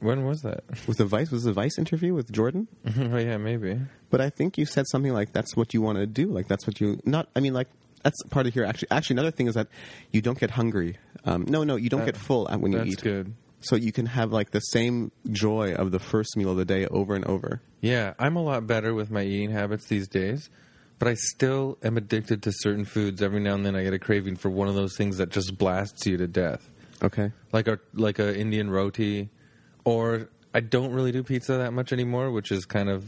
when was that?
Was the Vice was the Vice interview with Jordan?
oh, yeah, maybe.
But I think you said something like that's what you want to do. Like that's what you not. I mean, like that's part of here. Actually, actually, another thing is that you don't get hungry. Um, no, no, you don't get full at- when you
that's
eat.
good.
So you can have like the same joy of the first meal of the day over and over.
Yeah, I'm a lot better with my eating habits these days, but I still am addicted to certain foods. Every now and then I get a craving for one of those things that just blasts you to death.
Okay.
Like a like a Indian roti or I don't really do pizza that much anymore, which is kind of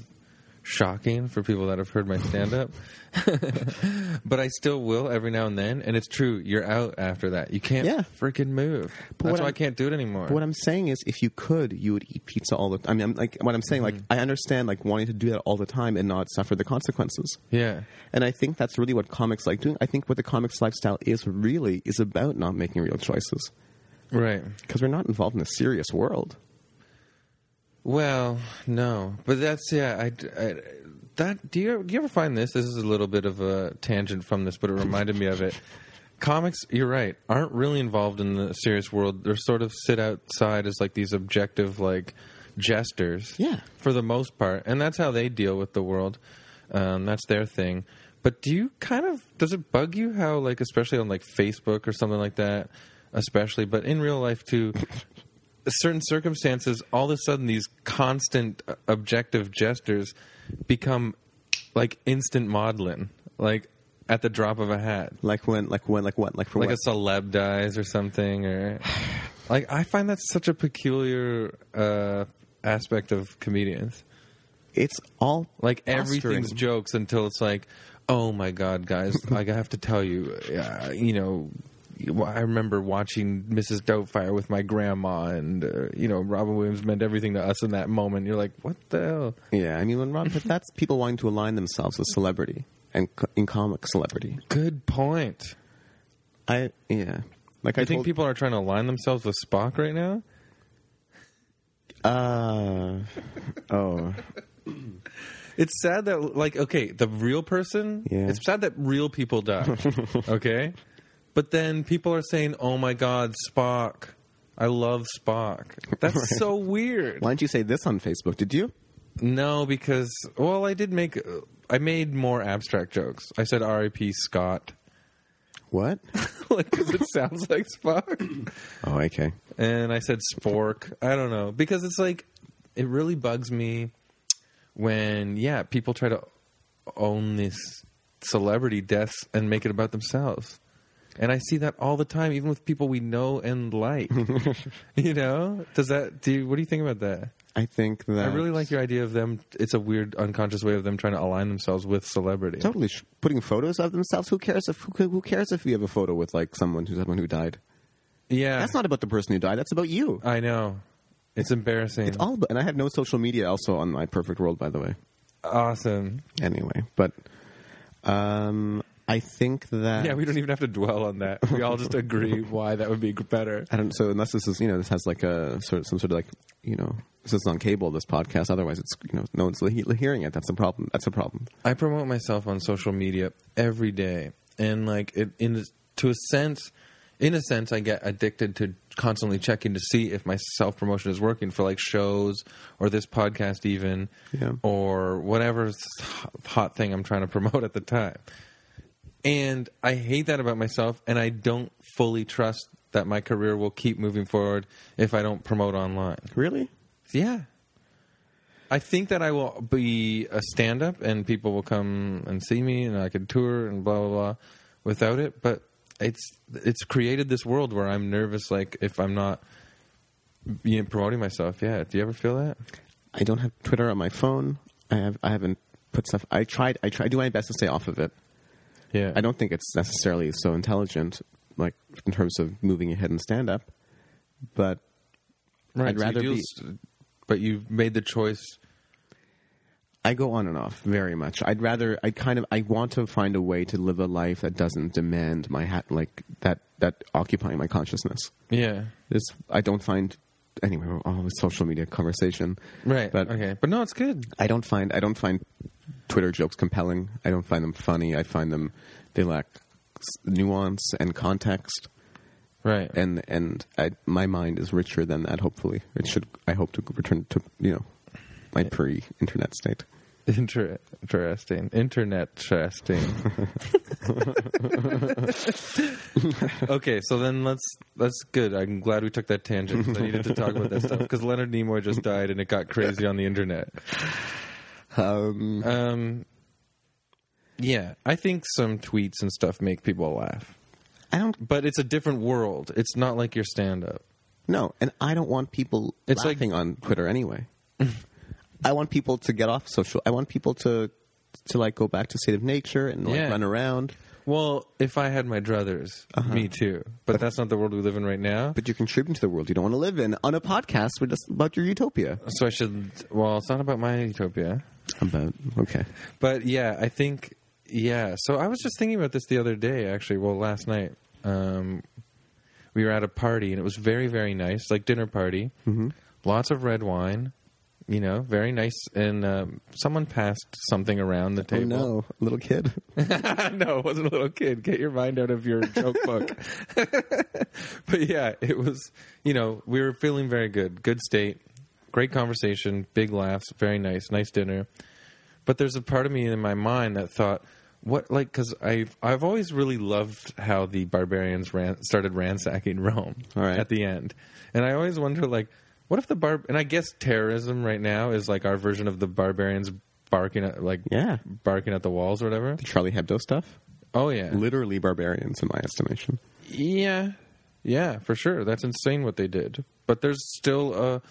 shocking for people that have heard my stand up. but I still will every now and then, and it's true, you're out after that. You can't
Yeah.
freaking move.
But what
That's why I
I'm-
can't do it anymore.
What I'm saying is, if you could, you would eat pizza all the. I mean, I'm, like what I'm saying, like
Mm-hmm.
I understand, like wanting to do that all the time and not suffer the consequences.
yeah.
And I think that's really what comics like doing. I think what the comics lifestyle is really is about not making real choices
Right.
because we're not involved in a serious world.
Well, no, but that's yeah. I, I- that do you do you ever find this? This is a little bit of a tangent from this, but it reminded me of it. Comics, you're right, aren't really involved in the serious world. They're sort of sit outside as like these objective like jesters,
Yeah.
for the most part, and that's how they deal with the world. Um, that's their thing. But do you kind of does it bug you how like especially on like Facebook or something like that, especially, but in real life too, certain circumstances, all of a sudden these constant uh, objective gestures become like instant maudlin, like at the drop of a hat,
Like when, like when, like what, like for
like
what?
a celeb dies or something, or like I find that's such a peculiar uh, aspect of comedians.
it's all
Like
posturing.
everything's jokes until it's like, oh my god, guys! like I have to tell you, uh, you know, I remember watching Mrs. Doubtfire with my grandma, and uh, you know, Robin Williams meant everything to us in that moment. You're like, what the hell?
Yeah, I mean, when Rob, but that's people wanting to align themselves with celebrity and co- in comic celebrity.
Good point.
I yeah, like I,
I think
told-
people are trying to align themselves with Spock right now.
Uh, oh,
It's sad that, like, okay, the real person.
Yeah.
It's sad that real people die. okay, but then people are saying, "Oh my God, Spock! I love Spock." That's so weird.
why didn't you say this on Facebook? Did you?
No, because well, I did make I made more abstract jokes. I said R.I.P. Scott,
What?
like 'cause it sounds like Spock,
Oh, okay.
and I said Spork. I don't know because it's like it really bugs me when yeah people try to own this celebrity deaths and make it about themselves. And I see that all the time, even with people we know and like. you know, does that? Do you, what do you think about that?
I think that
I really like your idea of them. It's a weird, unconscious way of them trying to align themselves with celebrity.
totally sh- putting photos of themselves. Who cares if who, who cares if you have a photo with like someone who's someone who died?
Yeah,
That's not about the person who died. That's about you.
I know. It's embarrassing.
It's all. About, and I had no social media also on my perfect world, by the way.
awesome.
Anyway, but um, I think that
Yeah, we don't even have to dwell on that. We all just agree why that would be better.
I don't. So unless this is you know this has like a sort of some sort of like you know this is on cable this podcast. Otherwise, it's you know no one's he- hearing it. That's a problem. That's a problem.
I promote myself on social media every day, and like it in to a sense, in a sense, I get addicted to constantly checking to see if my self promotion is working for like shows or this podcast, even
Yeah.
or whatever s- hot thing I'm trying to promote at the time. And I hate that about myself, and I don't fully trust that my career will keep moving forward if I don't promote online.
Really?
Yeah. I think that I will be a stand up and people will come and see me and I can tour and blah blah blah without it, but it's it's created this world where I'm nervous like if I'm not you know, promoting myself. Yeah, do you ever feel that?
I don't have Twitter on my phone. I have I haven't put stuff. I tried. I try I do my best to stay off of it.
Yeah.
I don't think it's necessarily so intelligent, like in terms of moving ahead in stand up. But
right,
I'd
so you
rather
do
be-
s- but you've made the choice
I go on and off very much. I'd rather I kind of I want to find a way to live a life that doesn't demand my hat like that that occupying my consciousness.
Yeah.
This I don't find anyway. We're all with social media conversation,
Right.
But
okay. But no, it's good.
I don't find I don't find Twitter jokes compelling. I don't find them funny. I find them they lack s- nuance and context.
Right.
And and I, my mind is richer than that. Hopefully, it should. I hope to return to you know my pre-internet state.
Inter- interesting. Internet interesting. okay, so then let's that's good. I'm glad we took that tangent. 'cause I needed to talk about that stuff because Leonard Nimoy just died and it got crazy on the internet.
Um,
Um, yeah, I think some tweets and stuff make people laugh,
I don't
but it's a different world. It's not like your stand up.
no, and I don't want people
It's like-
laughing on Twitter anyway. I want people to get off social. I want people to to like go back to state of nature and like
Yeah.
run around.
Well, if I had my druthers, me too. But that's not the world we live in right now.
But you're contributing to the world you don't want to live in on a podcast with us about your utopia.
so I should. Well, it's not about my utopia.
About okay,
But yeah, I think yeah. So I was just thinking about this the other day, actually. Well, last night um, we were at a party, and it was very, very nice, like dinner party. Mm-hmm. Lots of red wine, you know, very nice. And um, someone passed something around the
oh
table.
no, little kid.
no, it wasn't a little kid. Get your mind out of your joke book. but yeah, it was, you know, we were feeling very good. Good state, great conversation, big laughs, very nice, nice dinner. But there's a part of me in my mind that thought, what, like, because I've, I've always really loved how the barbarians ran, started ransacking Rome
All right.
at the end. And I always wonder, like, what if the bar, and I guess terrorism right now is like our version of the barbarians barking at, like,
Yeah.
barking at the walls or whatever.
Charlie Hebdo stuff.
Oh yeah,
Literally barbarians in my estimation.
yeah, yeah, for sure. That's insane what they did. But there's still a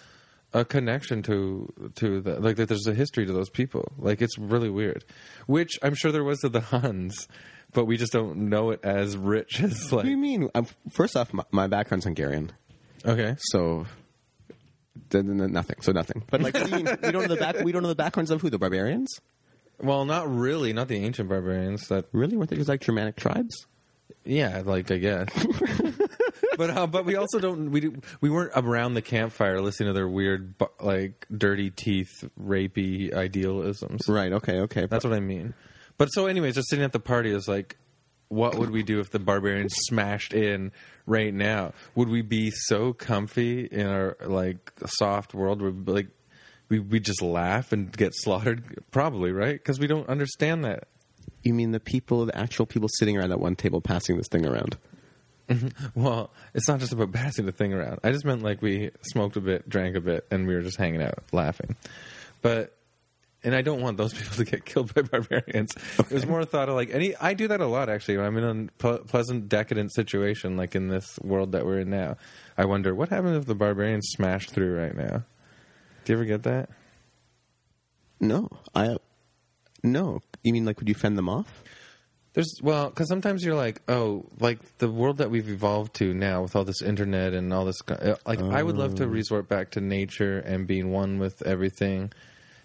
a connection to to the like that. There's a history to those people. Like it's really weird, which I'm sure there was to the Huns, but we just don't know it as rich as
What do you
like.
mean? i first off, my, my background's Hungarian,
Okay,
so then then- then nothing. So nothing. But like, what do you mean? we don't know the back. We don't know the backgrounds of who the barbarians.
well, not really. Not the ancient barbarians. That
Really? Weren't they just like Germanic tribes?
yeah, like I guess. But uh, but we also don't we do- we weren't around the campfire listening to their weird bu- like dirty teeth rapey idealisms.
Right. Okay. Okay.
That's what I mean. But so, anyways, just sitting at the party is like, what would we do if the barbarians smashed in right now? Would we be so comfy in our like soft world? where we like we we just laugh and get slaughtered, probably right? Because we don't understand that.
you mean the people, the actual people sitting around that one table, passing this thing around?
Well, it's not just about passing the thing around. I just meant like we smoked a bit, drank a bit, and we were just hanging out laughing. But and I don't want those people to get killed by barbarians. It was more a thought of like any. I do that a lot actually. When I'm in a ple- pleasant, decadent situation, like in this world that we're in now, I wonder what happens if the barbarians smash through right now. Do you ever get that?
No, I. No, you mean like would you fend them off?
There's well, because sometimes you're like, oh, like the world that we've evolved to now with all this internet and all this. co- uh, Like, I would
Oh.
love to resort back to nature and being one with everything,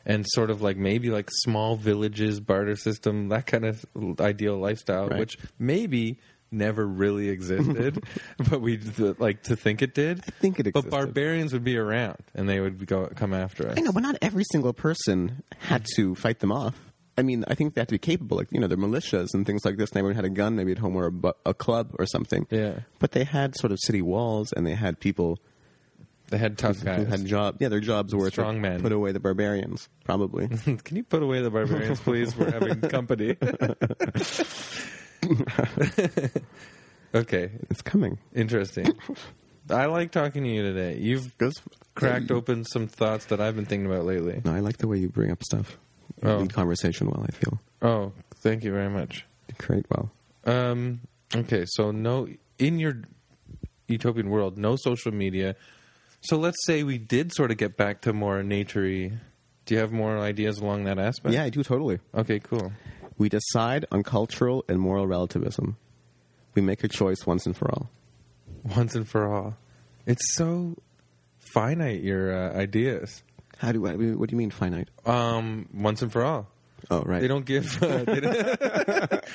and sort of like maybe like small villages, barter system, that kind of ideal lifestyle,
Right.
which maybe never really existed, but we th- like to think it did. I
think it
But
existed.
barbarians would be around, and they would go come after us.
I know, but not every single person had to fight them off. I mean, I think they have to be capable. Like, you know, they're militias and things like this. And everyone had a gun maybe at home or a, bu- a club or something.
Yeah.
But they had sort of city walls and they had people
They had tough
who
guys.
had jobs. Yeah, their jobs were to
Strong men.
put away the barbarians, probably.
Can you put away the barbarians, please? We're having company. okay,
it's coming.
interesting. I like talking to you today. You've
Goes-
cracked open some thoughts that I've been thinking about lately.
No, I like the way you bring up stuff. You
Oh.
lead conversation well, I feel.
Oh, thank you very much.
You create well.
Um, okay, so no, in your utopian world, no social media. So let's say we did sort of get back to more naturey. Do you have more ideas along that aspect?
Yeah, I do totally.
Okay, cool.
We decide on cultural and moral relativism. We make a choice once and for all.
once and for all. It's so finite your uh, ideas.
How do I, what do you mean finite?
Um, once and for all.
Oh, right.
They don't give. Uh, they, don't,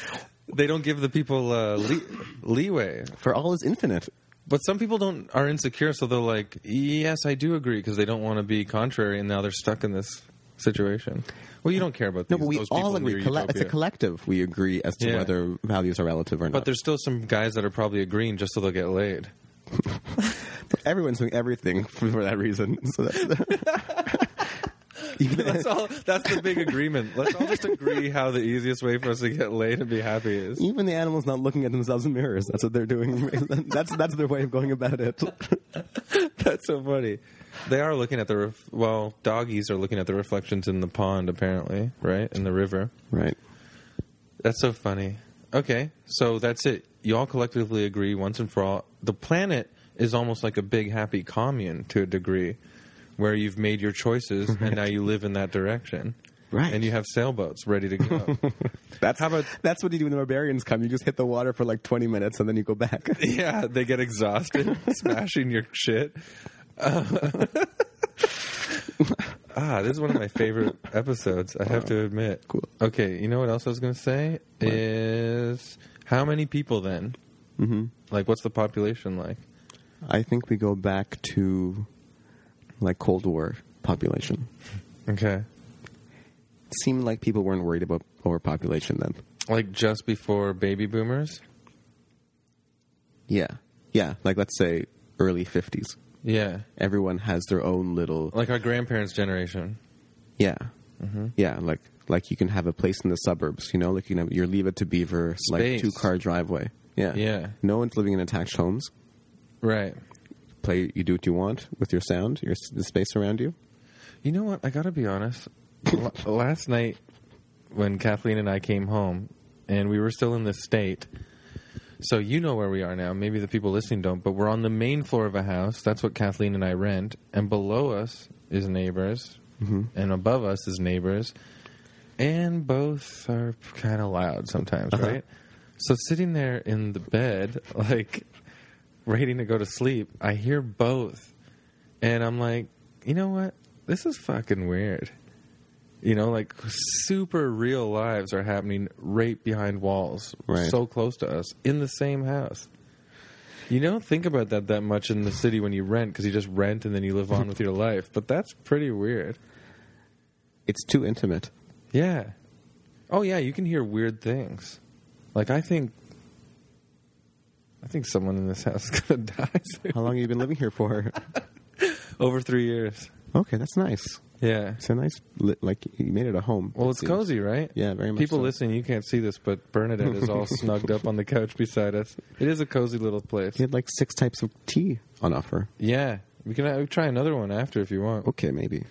they don't give the people uh, le- leeway.
for all is infinite.
But some people don't are insecure, so they're like, "Yes, I do agree," because they don't want to be contrary, and now they're stuck in this situation. Well, you don't care about
No,
these,
but we
those people
all
in
agree.
your
Colle- it's a
utopia.
collective. We agree as to
Yeah.
whether values are relative or not.
But there's still some guys that are probably agreeing just so they'll get laid.
everyone's doing everything for, for that reason. So that's even
That's all. That's the big agreement. Let's all just agree how the easiest way for us to get laid and be happy is.
even the animals not looking at themselves in mirrors. That's what they're doing. that's that's their way of going about it.
That's so funny. They are looking at the ref- well, doggies are looking at the reflections in the pond apparently, right? In the river.
Right.
That's so funny. Okay, so that's it. You all collectively agree once and for all. The planet is almost like a big happy commune to a degree where you've made your choices and now you live in that direction.
Right.
And you have sailboats ready to go.
That's
How about-
that's what you do when the barbarians come. You just hit the water for like twenty minutes and then you go back.
yeah, they get exhausted smashing your shit. Uh, ah, this is one of my favorite episodes. I have to admit.
Cool.
Okay, you know what else I was going to say is how many people then? Mm-hmm. Like, what's the population like?
I think we go back to like Cold War population.
Okay,
It seemed like people weren't worried about overpopulation then.
like just before baby boomers.
Yeah. Yeah. Like let's say early fifties.
Yeah,
Everyone has their own little
like our grandparents' generation.
Yeah. Yeah, like like you can have a place in the suburbs, you know, like you know your leave it to beaver like
Space.
two car driveway. Yeah.
Yeah.
No one's living in attached homes.
Right.
Play you do what you want with your sound, your s- the space around you.
You know what? I gotta be honest. L- Last night, when Kathleen and I came home, and we were still in this state, so you know where we are now. Maybe the people listening don't, but we're on the main floor of a house. That's what Kathleen and I rent, and below us is neighbors, and above us is neighbors, and both are kind of loud sometimes, right? So sitting there in the bed, like waiting to go to sleep, I hear both and I'm like, you know what? This is fucking weird. You know, like super real lives are happening right behind walls,
Right.
so close to us, in the same house. You don't think about that that much in the city when you rent because you just rent and then you live on with your life. But that's pretty weird.
It's too intimate.
Yeah. Oh yeah, you can hear weird things. Like I think, I think someone in this house is gonna die soon.
How long have you been living here for?
over three years.
okay, that's nice.
Yeah.
It's a nice li- like you made it a home.
Well,
it
it's
seems.
cozy, right?
Yeah, very much
People
so.
listening, you can't see this, but Bernadette is all snugged up on the couch beside us. It is a cozy little place.
You had like six types of tea on offer.
Yeah, we can uh, we try another one after if you want.
Okay, maybe.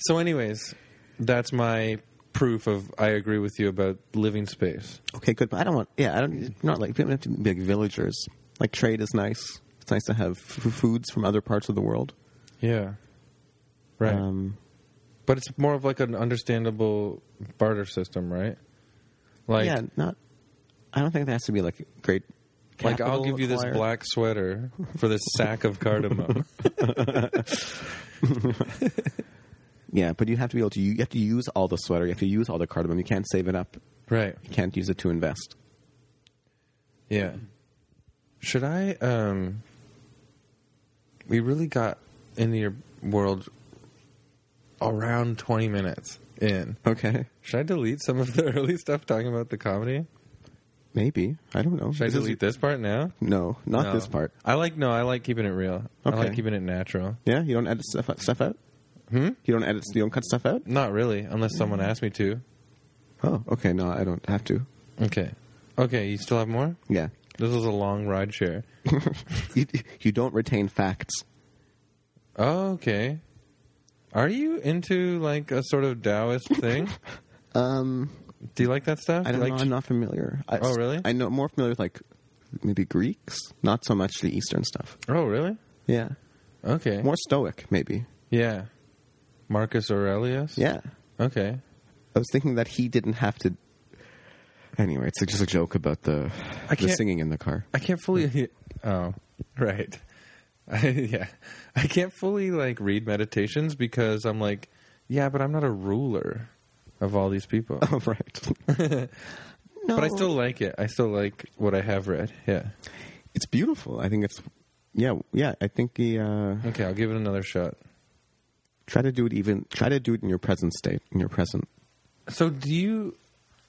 So, anyways, that's my proof of I agree with you about living space.
Okay, good. But I don't want. Yeah, I don't. Not like we don't have to be like villagers. Like trade is nice. It's nice to have f- foods from other parts of the world.
Yeah, right.
Um,
but it's more of like an understandable barter system, right? Like,
yeah, not. I don't think there has to be like great.
like I'll
capital
give you
acquired.
this black sweater for this sack of cardamom.
Yeah, but you have to be able to. u- You have to use all the sweater. You have to use all the cardamom. You can't save it up.
right.
You can't use it to invest.
Yeah. Should I um we really got into your world around 20 minutes.
in.
Okay.
Should I delete some of the early stuff talking about the comedy?
Maybe. I don't know.
Should I
This is-
delete this part now?
No, not
No.
this part.
I like no. I like keeping it real. I like
Okay.
keeping it natural.
Yeah, you don't edit stuff out, stuff out.
Hmm?
You don't edit. You don't cut stuff out.
Not really, unless someone asked me to.
Oh, okay. No, I don't have to.
Okay. Okay. You still have more?
Yeah,
This was a long ride share.
you, you don't retain facts.
Oh, okay. Are you into like a sort of Taoist thing?
Um,
Do you like that stuff?
I don't
like
know. I'm not familiar. I,
Oh, really?
I know more familiar with like maybe Greeks, not so much the Eastern stuff.
Oh, really?
Yeah,
Okay.
more Stoic maybe.
Yeah. Marcus Aurelius?
Yeah,
Okay.
I was thinking that he didn't have to. Anyway, it's just a joke about the the
can't-
singing in the car.
I can't fully. Oh, right. I, yeah, I can't fully like read meditations because I'm like, yeah, but I'm not a ruler of all these people.
Oh, right. no,
But I still like it. I still like what I have read. Yeah.
It's beautiful. I think it's. Yeah, yeah. I think the. Uh,
Okay, I'll give it another shot.
try to do it even try to do it in your present state in your present
So do you?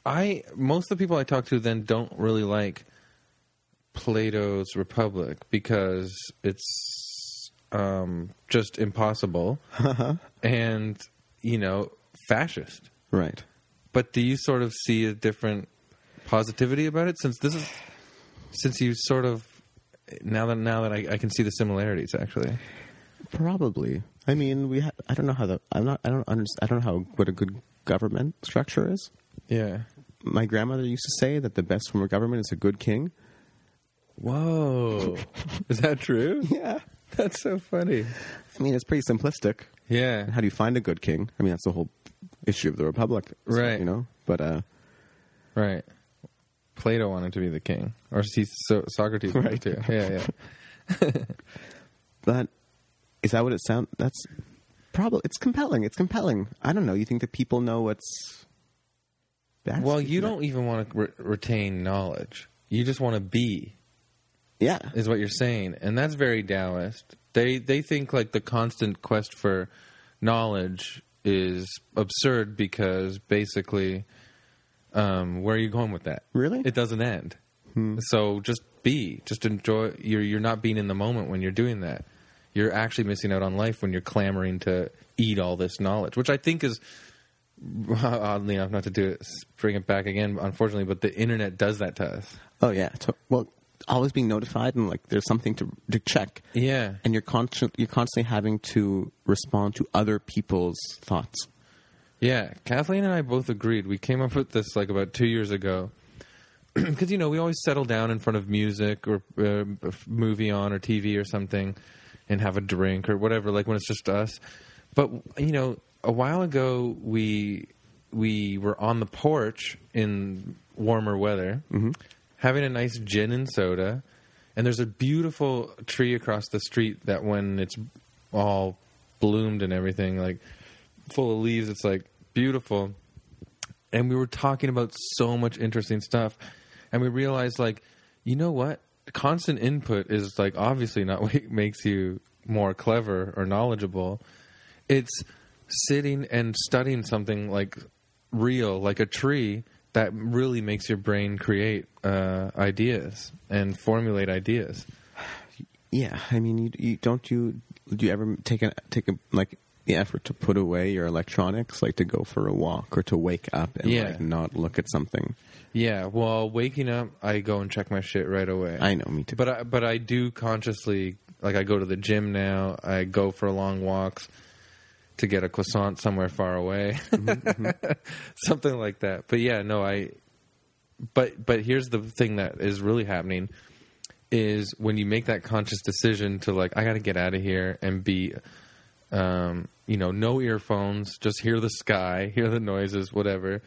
I most of the people I talk to then don't really like Plato's Republic because it's um, just impossible and you know fascist.
right
But do you sort of see a different positivity about it since this is since you sort of now that now that I, I can see the similarities actually.
probably i mean we ha- i don't know how the i'm not i don't understand i don't know how what a good government structure is
Yeah.
my grandmother used to say that the best form of government is a good king
Whoa. is that true?
yeah
That's so funny.
i mean it's pretty simplistic
Yeah.
and how do you find a good king i mean that's the whole issue of the republic so,
Right.
you know but uh
Right. Plato wanted to be the king, or he, so, Socrates wanted
Right.
to. Yeah, yeah.
that is that what it sound that's probably it's compelling it's compelling i don't know you think that people know what's best
well, you don't even want to re- retain knowledge. You just want to be,
yeah
is what you're saying, and that's very Taoist. They they think like the constant quest for knowledge is absurd because basically, um, where are you going with that?
Really?
it doesn't end. So just be, just enjoy. You're you're not being in the moment when you're doing that. You're actually missing out on life when you're clamoring to eat all this knowledge, which I think is oddly enough not to do it, bring it back again, unfortunately. But the internet does that to us.
Oh yeah. To- well, always being notified and like there's something to to check,
Yeah,
and you're constant you're constantly having to respond to other people's thoughts.
yeah. Kathleen and I both agreed. We came up with this like about two years ago. Because you know we always settle down in front of music or uh, movie on or TV or something, and have a drink or whatever. Like when it's just us. But you know, a while ago we we were on the porch in warmer weather, having a nice gin and soda, and there's a beautiful tree across the street that when it's all bloomed and everything, like full of leaves, it's like beautiful and we were talking about so much interesting stuff and we realized like you know what constant input is like obviously not what makes you more clever or knowledgeable it's sitting and studying something like real like a tree that really makes your brain create uh, ideas and formulate ideas
Yeah, I mean, you, you don't you do you ever take a take a like the effort to put away your electronics, like to go for a walk or to wake up and
Yeah.
like not look at something.
yeah well waking up i go and check my shit right away
I know, me too.
But I, but I do consciously like I go to the gym now. I go for long walks to get a croissant somewhere far away, something like that. But yeah, no, I. But but here's the thing that is really happening is when you make that conscious decision to like I got to get out of here and be um you know no earphones just hear the sky hear the noises whatever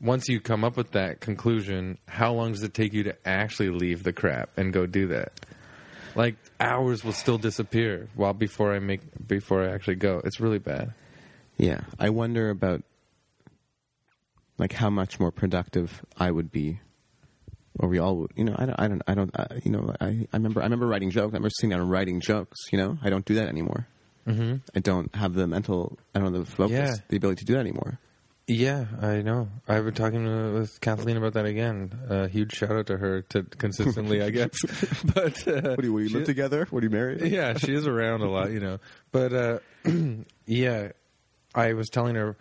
once you come up with that conclusion, how long does it take you to actually leave the crap and go do that? Like hours will still disappear while before I make before I actually go. It's really bad.
yeah, I wonder about like how much more productive I would be. Or we all would, you know. I don't, I don't, I don't, I, you know. I, I remember, I remember writing jokes. I remember sitting down and writing jokes. You know, I don't do that anymore. I don't have the mental, I don't have the focus,
Yeah.
the ability to do that anymore.
Yeah, I know. I've been talking uh, with Kathleen about that again. Uh, huge shout out to her to consistently, I guess. But uh,
What do you, what, do you
she-
live together? What do you marry?
yeah, she is around a lot, you know. But uh, yeah, I was telling her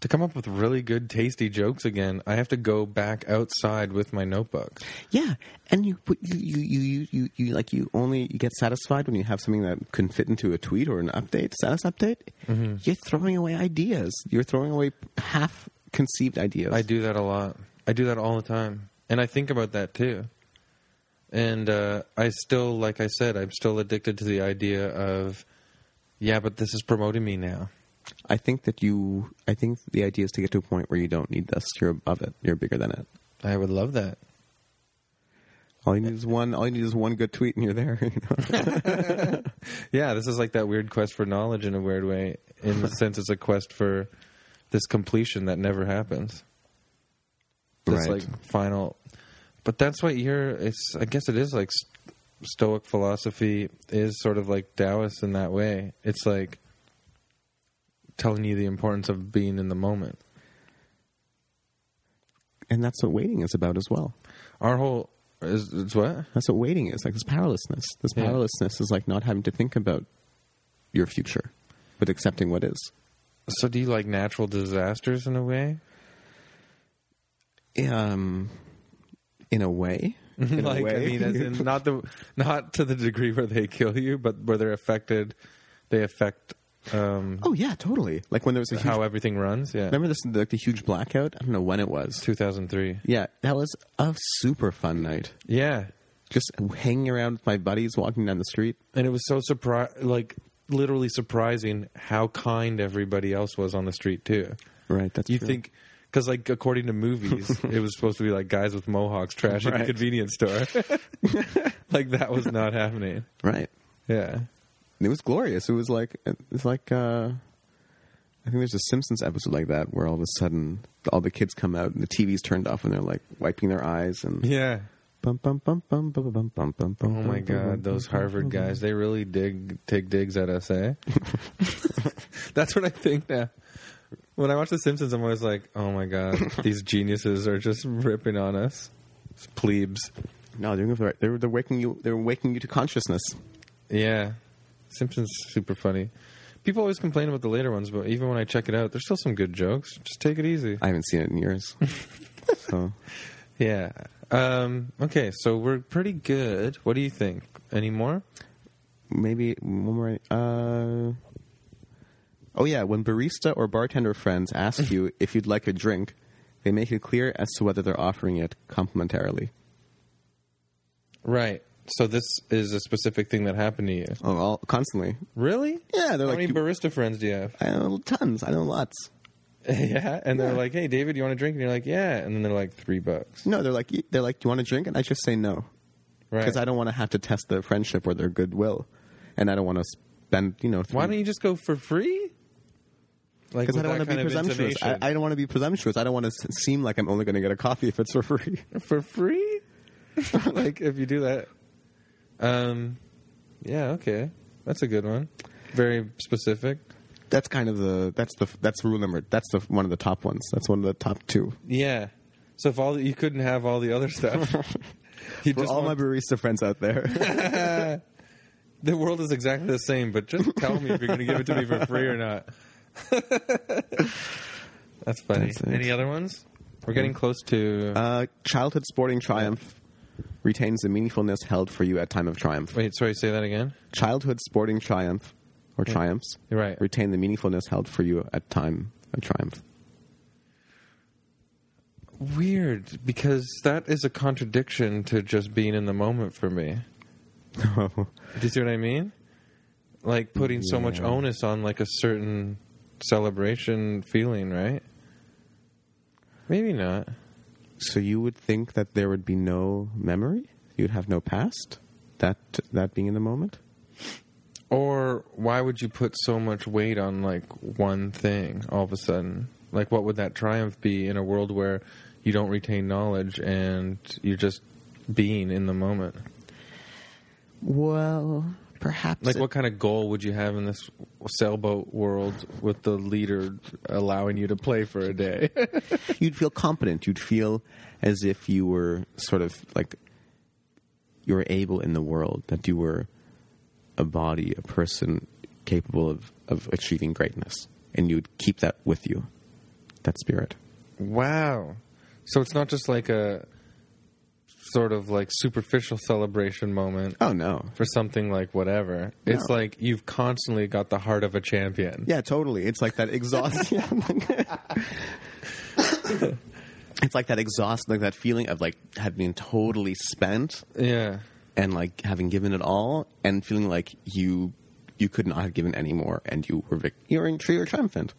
to come up with really good, tasty jokes again. I have to go back outside with my notebook.
Yeah, and you put- you you you you, you like you only you get satisfied when you have something that can fit into a tweet or an update, status update.
Mm-hmm.
You're throwing away ideas. You're throwing away half conceived ideas.
I do that a lot. I do that all the time, and I think about that too. And uh, I still, like I said, I'm still addicted to the idea of, yeah, but this is promoting me now.
I think that you. I think the idea is to get to a point where you don't need this. You're above it. You're bigger than it.
I would love that.
All you need is one. All you need is one good tweet, and you're there. you know?
Yeah, this is like that weird quest for knowledge in a weird way, in the sense it's a quest for this completion that never happens. This
Right.
like final, but that's what you're. It's I guess it is like s- Stoic philosophy is sort of like Taoist in that way. It's like telling you the importance of being in the moment.
and that's what waiting is about as well.
Our whole is it's what
That's what waiting is like. This powerlessness. This
Yeah.
powerlessness is like not having to think about your future, but accepting what is.
So do you like natural disasters in a way?
um, in a way. In
Mm-hmm. like
a way.
I mean, as in not the not to the degree where they kill you, but where they're affected, they affect um,
oh yeah, totally. Like when there was a huge,
how everything runs. Yeah,
remember this like the huge blackout. I don't know when it was.
two thousand three.
Yeah, that was a super fun night.
Yeah,
Just hanging around with my buddies, walking down the street.
and it was so surprise, like literally surprising how kind everybody else was on the street too.
Right. That's
You
true.
think. Because, like, according to movies, it was supposed to be like guys with mohawks trash at a
Right.
convenience store. like, that was not happening.
right.
Yeah.
It was glorious. It was like it's like uh, I think there's a Simpsons episode like that where all of a sudden all the kids come out and the TV's turned off and they're like wiping their eyes and
Yeah.
bum bum bum bum bum bum bum bum.
Oh my God, those Harvard guys, they really dig take digs at us, eh? That's what I think now. When I watch The Simpsons, I'm always like, oh my God, these geniuses are just ripping on us. It's plebes.
No, they're doing it for the right. They're, they're waking you. They're waking you to consciousness.
Yeah. Simpsons super funny. People always complain about the later ones, but even when I check it out, there's still some good jokes. Just take it easy.
I haven't seen it in years. so
Yeah. Um, okay, so we're pretty good. What do you think? Any more?
maybe one more. Uh, oh yeah, when barista or bartender friends ask you if you'd like a drink, they make it clear as to whether they're offering it complimentarily.
Right. So this is a specific thing that happened to you.
Oh, all constantly.
Really?
Yeah, they're
How
like
many
you-
barista friends do you have?
I know tons. I know lots.
yeah, and they're
Yeah.
like, "Hey, David, you want a drink?" And you're like, "Yeah," and then they're like, three bucks."
No, they're like they're like, do you want a drink? And I just say no
Right?
because I don't want to have to test their friendship or their goodwill, and I don't want to spend you know.
Why
three-
don't you just go for free? Like, with
Because I don't
that
want to
kind
be
of
presumptuous. I,
intonation.
I don't want to be presumptuous. I don't want to seem like I'm only going to get a coffee if it's for free.
for free. like, if you do that, um, yeah, okay, that's a good one. Very specific.
That's kind of the that's the that's rule number. That's the one of the top ones. That's one of the top two.
Yeah. So if all you couldn't have all the other stuff, you
For
just
all
want-
my barista friends out there,
the world is exactly the same, but just tell me if you're going to give it to me for free or not. That's funny.
That's it.
Any other ones? We're getting close to.
uh, childhood sporting triumph retains the meaningfulness held for you at time of triumph.
wait, sorry, say that again.
Childhood sporting triumph or triumphs
You're right.
retain the meaningfulness held for you at time of triumph.
Weird, because that is a contradiction to just being in the moment for me. Do you see what I mean? Like putting so much
Yeah.
onus on like a certain celebration feeling, right? Maybe not.
So you would think that there would be no memory? You'd have no past? That that being in the moment?
Or why would you put so much weight on like one thing all of a sudden? Like what would that triumph be in a world where you don't retain knowledge and you're just being in the moment?
Well, Perhaps
Like,
it-
what kind of goal would you have in this sailboat world with the leader allowing you to play for a day?
you'd feel competent. You'd feel as if you were sort of like you were able in the world, that you were a body, a person capable of, of achieving greatness. And you'd keep that with you, that spirit.
wow. So it's not just like a sort of like superficial celebration moment
Oh, no.
for something like whatever. It's
No.
like you've constantly got the heart of a champion.
Yeah, totally. It's like that exhaust. Yeah, like- it's like that exhaust, like that feeling of like having totally spent
Yeah.
and like having given it all and feeling like you you could not have given any more and you were vic- you were in true or triumphant.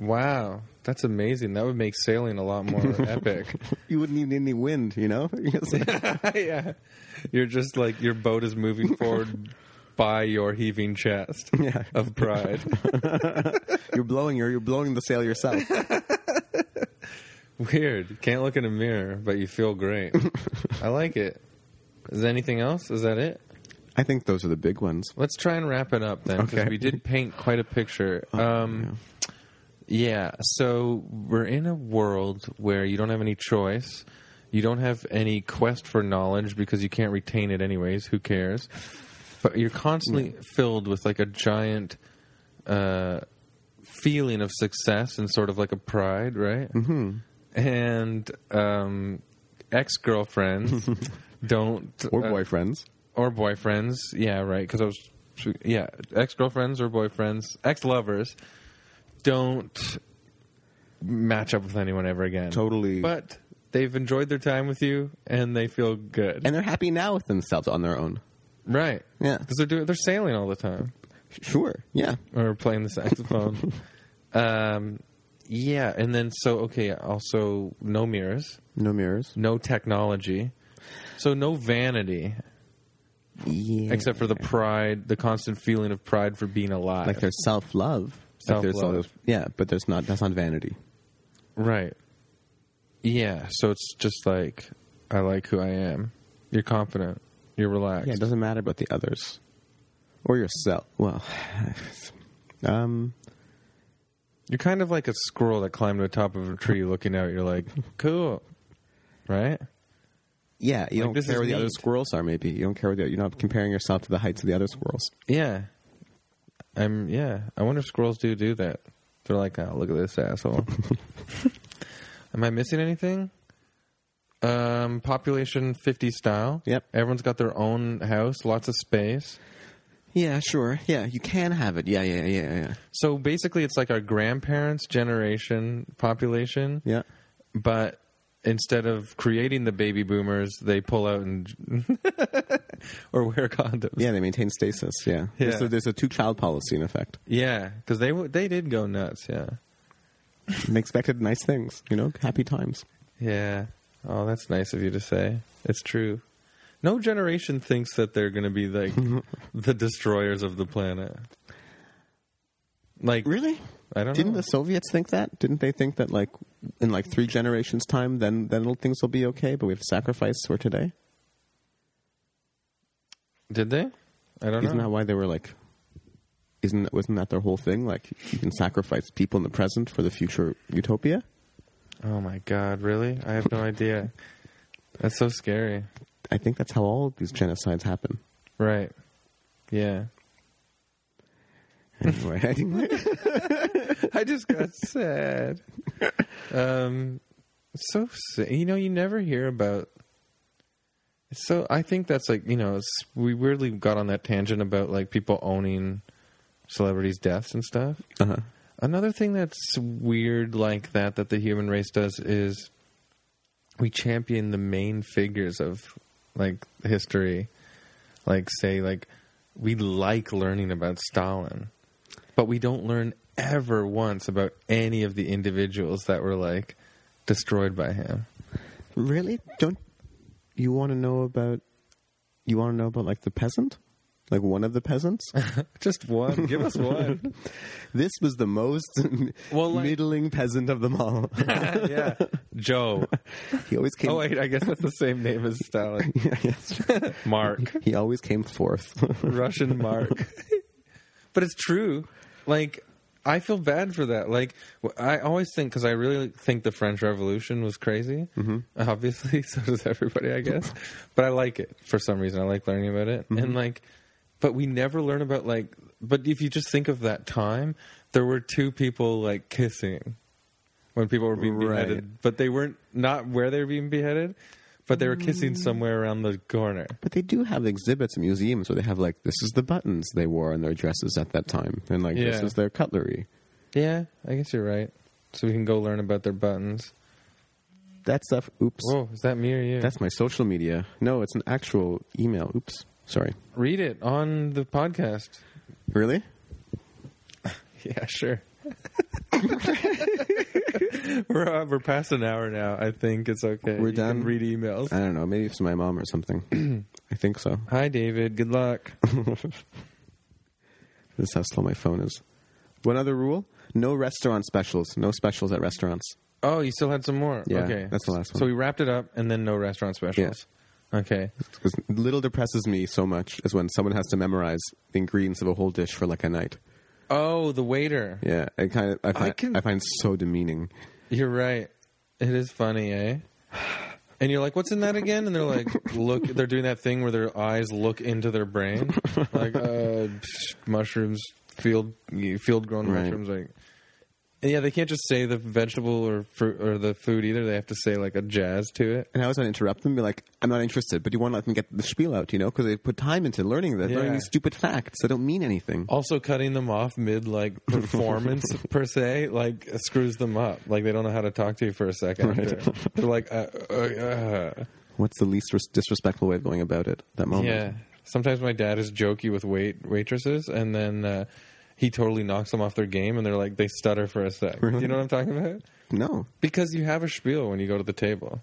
Wow. That's amazing. That would make sailing a lot more epic.
You wouldn't need any wind, you know. It's like-
yeah. You're just like your boat is moving forward by your heaving chest
Yeah.
of pride.
you're blowing your you're blowing the sail yourself.
Weird. You Can't look in a mirror, but you feel great. I like it. Is there anything else? Is that it?
I think those are the big ones.
Let's try and wrap it up then, because
Okay.
we did paint quite a picture. Um, yeah. So we're in a world where you don't have any choice. You don't have any quest for knowledge because you can't retain it anyways. Who cares? But you're constantly filled with like a giant uh, feeling of success and sort of like a pride, right? Mm-hmm. And um, ex girlfriends don't
Or
uh,
boyfriends.
or boyfriends. Yeah, right. Because I was, yeah, ex girlfriends or boyfriends, ex lovers don't match up with anyone ever again.
Totally.
But they've enjoyed their time with you and they feel good.
And they're happy now with themselves on their own.
right.
Yeah.
Because they're doing, they're sailing all the time
Sure. Yeah.
or playing the saxophone. um, yeah. And then, so, okay, also no mirrors,
No mirrors.
no technology. So no vanity,
Yeah.
except for the pride, the constant feeling of pride for being alive.
like there's self love.
Self-love.
yeah, but there's not. That's not vanity.
Right. Yeah. So it's just like I like who I am. You're confident. You're relaxed.
Yeah, it doesn't matter about the others or yourself. Well, um,
You're kind of like a squirrel that climbed to the top of a tree, looking out. You're like, cool, right?
yeah, you
Like,
don't
this
care
is
where the other
neat.
squirrels are. Maybe you don't care where the, you're not comparing yourself to the heights of the other squirrels.
Yeah. I'm. Yeah. I wonder if squirrels do do that. They're like, oh, look at this asshole. Am I missing anything? Um, population fifty style.
Yep.
Everyone's got their own house, lots of space.
Yeah, sure. Yeah, you can have it. Yeah, yeah, yeah, yeah,
So basically, it's like our grandparents' generation population,
yeah.
but instead of creating the baby boomers, they pull out and or wear condoms.
Yeah, they maintain stasis. Yeah,
Yeah.
So there's a two-child policy in effect.
yeah, because they w- they did go nuts. Yeah,
And expected nice things. You know, happy times.
yeah. Oh, that's nice of you to say. It's true. No generation thinks that they're going to be like the destroyers of the planet. Like
Really?
I don't
Didn't
know.
the Soviets think that? Didn't they think that like in like three generations' time, then then it'll- things will be okay, but we have to sacrifice for today?
Did they? I don't
Isn't
know.
that why they were like? Isn't wasn't that their whole thing? Like you can sacrifice people in the present for the future utopia.
Oh my god, really? I have no idea. That's so scary.
I think that's how all of these genocides happen.
Right. Yeah.
Anyway, I think-
I just got sad. Um so sad. you know you never hear about so I think that's like, you know, it's, we weirdly got on that tangent about like people owning celebrities' deaths and stuff.
uh-huh.
Another thing that's weird like that that the human race does is we champion the main figures of like history. Like say like we like learning about Stalin, but we don't learn ever once about any of the individuals that were like destroyed by him.
really don't you want to know about? You want to know about like the peasant, like one of the peasants.
Just one. Give us one.
this was the most
Well, like-
middling peasant of them all.
yeah. Joe.
he always came.
Oh wait, I guess that's the same name as Stalin.
Yes.
Mark.
He always came fourth.
Russian Mark.
but it's true. Like I feel bad for that. Like w- I always think because I really think the French Revolution was crazy. Mm-hmm. Obviously, so does everybody, I guess. but I like it for some reason. I like learning about it, and like, but we never learn about like. But if you just think of that time, there were two people like kissing when people were being
Right.
beheaded, but they weren't not where they were being beheaded, but they were kissing somewhere around the corner.
But they do have exhibits and museums where they have like this is the buttons they wore on their dresses at that time, and like this
Yeah.
is their cutlery.
Yeah, I guess you're right. So we can go learn about their buttons.
That stuff. Oops.
Whoa, is that me or you?
That's my social media. No, it's an actual email. Oops. Sorry.
Read it on the podcast.
Really?
Yeah, sure. we're uh, we're past an hour now. I think it's okay.
We're
You can
done?
Read emails.
I don't know. Maybe it's my mom or something. I think so.
Hi, David. Good luck.
This is how slow my phone is. One other rule: no restaurant specials. No specials at restaurants.
Oh, you still had some more.
Yeah,
okay,
that's the last one.
So we wrapped it up, and then no restaurant specials. Okay.
'Cause little depresses me so much is when someone has to memorize the ingredients of a whole dish for like a night.
Oh, the waiter.
Yeah, it kind of I find I,
can-
find so demeaning.
You're right. It is funny, eh? And you're like, what's in that again? And they're like, look, they're doing that thing where their eyes look into their brain, like uh, psh, mushrooms, field field grown
Right.
mushrooms, like. And yeah, they can't just say the vegetable or fruit or the food either. They have to say like a jazz to it.
And I always want to interrupt them, and be like, "I'm not interested," but you want to let them get the spiel out, you know, because they put time into learning that,
Yeah.
learning these stupid facts that don't mean anything.
Also, cutting them off mid like performance per se like screws them up. Like they don't know how to talk to you for a second. after. They're like, uh, uh, uh.
What's the least res- disrespectful way of going about it? At that moment.
Yeah. Sometimes my dad is jokey with wait waitresses, and then uh, he totally knocks them off their game, and they're like they stutter for a sec. Do you know what I'm talking about?
No.
Because you have a spiel when you go to the table,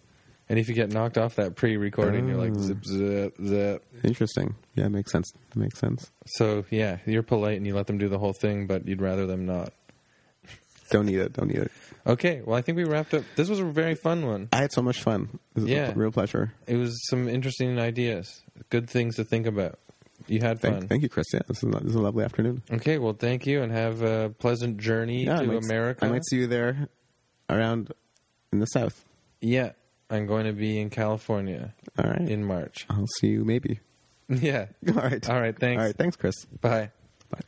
and if you get knocked off that pre-recording, you're like
Mm.
zip zip zip.
Interesting. Yeah, it makes sense. It makes sense.
So yeah, you're polite and you let them do the whole thing, but you'd rather them not.
Don't need it. Don't need it.
Okay, well I think we wrapped up. This was a very fun one.
I had so much fun. It was
Yeah.
a real pleasure.
It was some interesting ideas, good things to think about. You had fun.
Thank, thank you, Chris. Yeah, this is, a, this is a lovely afternoon.
Okay, well thank you, and have a pleasant journey
Yeah, I
to
might-
America.
I might see you there around in the south.
Yeah, I'm going to be in California
All right.
in March.
I'll see you maybe.
Yeah.
All right.
All right, thanks.
All right. Thanks, Chris.
Bye.
Bye.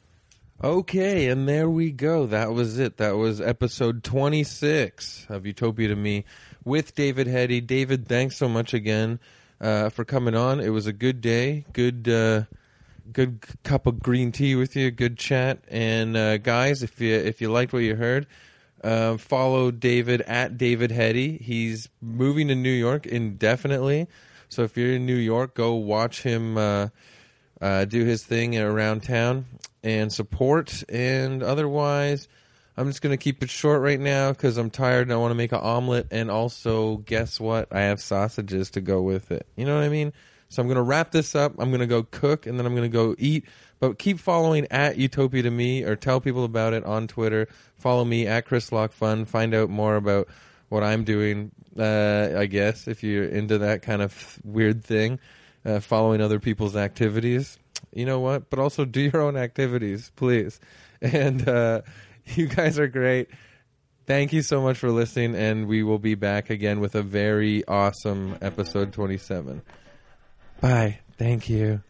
Okay, and there we go. That was it. That was episode 26 of Utopia to Me with David Hetty. David, thanks so much again uh, for coming on. It was a good day. Good uh, good c- cup of green tea with you. Good chat. And uh, guys, if you if you liked what you heard, uh, follow David at David Hetty. He's moving to New York indefinitely. So if you're in New York, go watch him uh, uh, do his thing around town and support. And otherwise, I'm just going to keep it short right now because I'm tired and I want to make an omelet. And also, guess what? I have sausages to go with it. You know what I mean? So I'm going to wrap this up. I'm going to go cook and then I'm going to go eat. But keep following at Utopia to me or tell people about it on Twitter. Follow me at Chris Lockfun. Find out more about what I'm doing, uh, I guess, if you're into that kind of weird thing, uh, following other people's activities. You know what? But also do your own activities, please. And uh, you guys are great. Thank you so much for listening, and we will be back again with a very awesome episode 27. Bye. Thank you.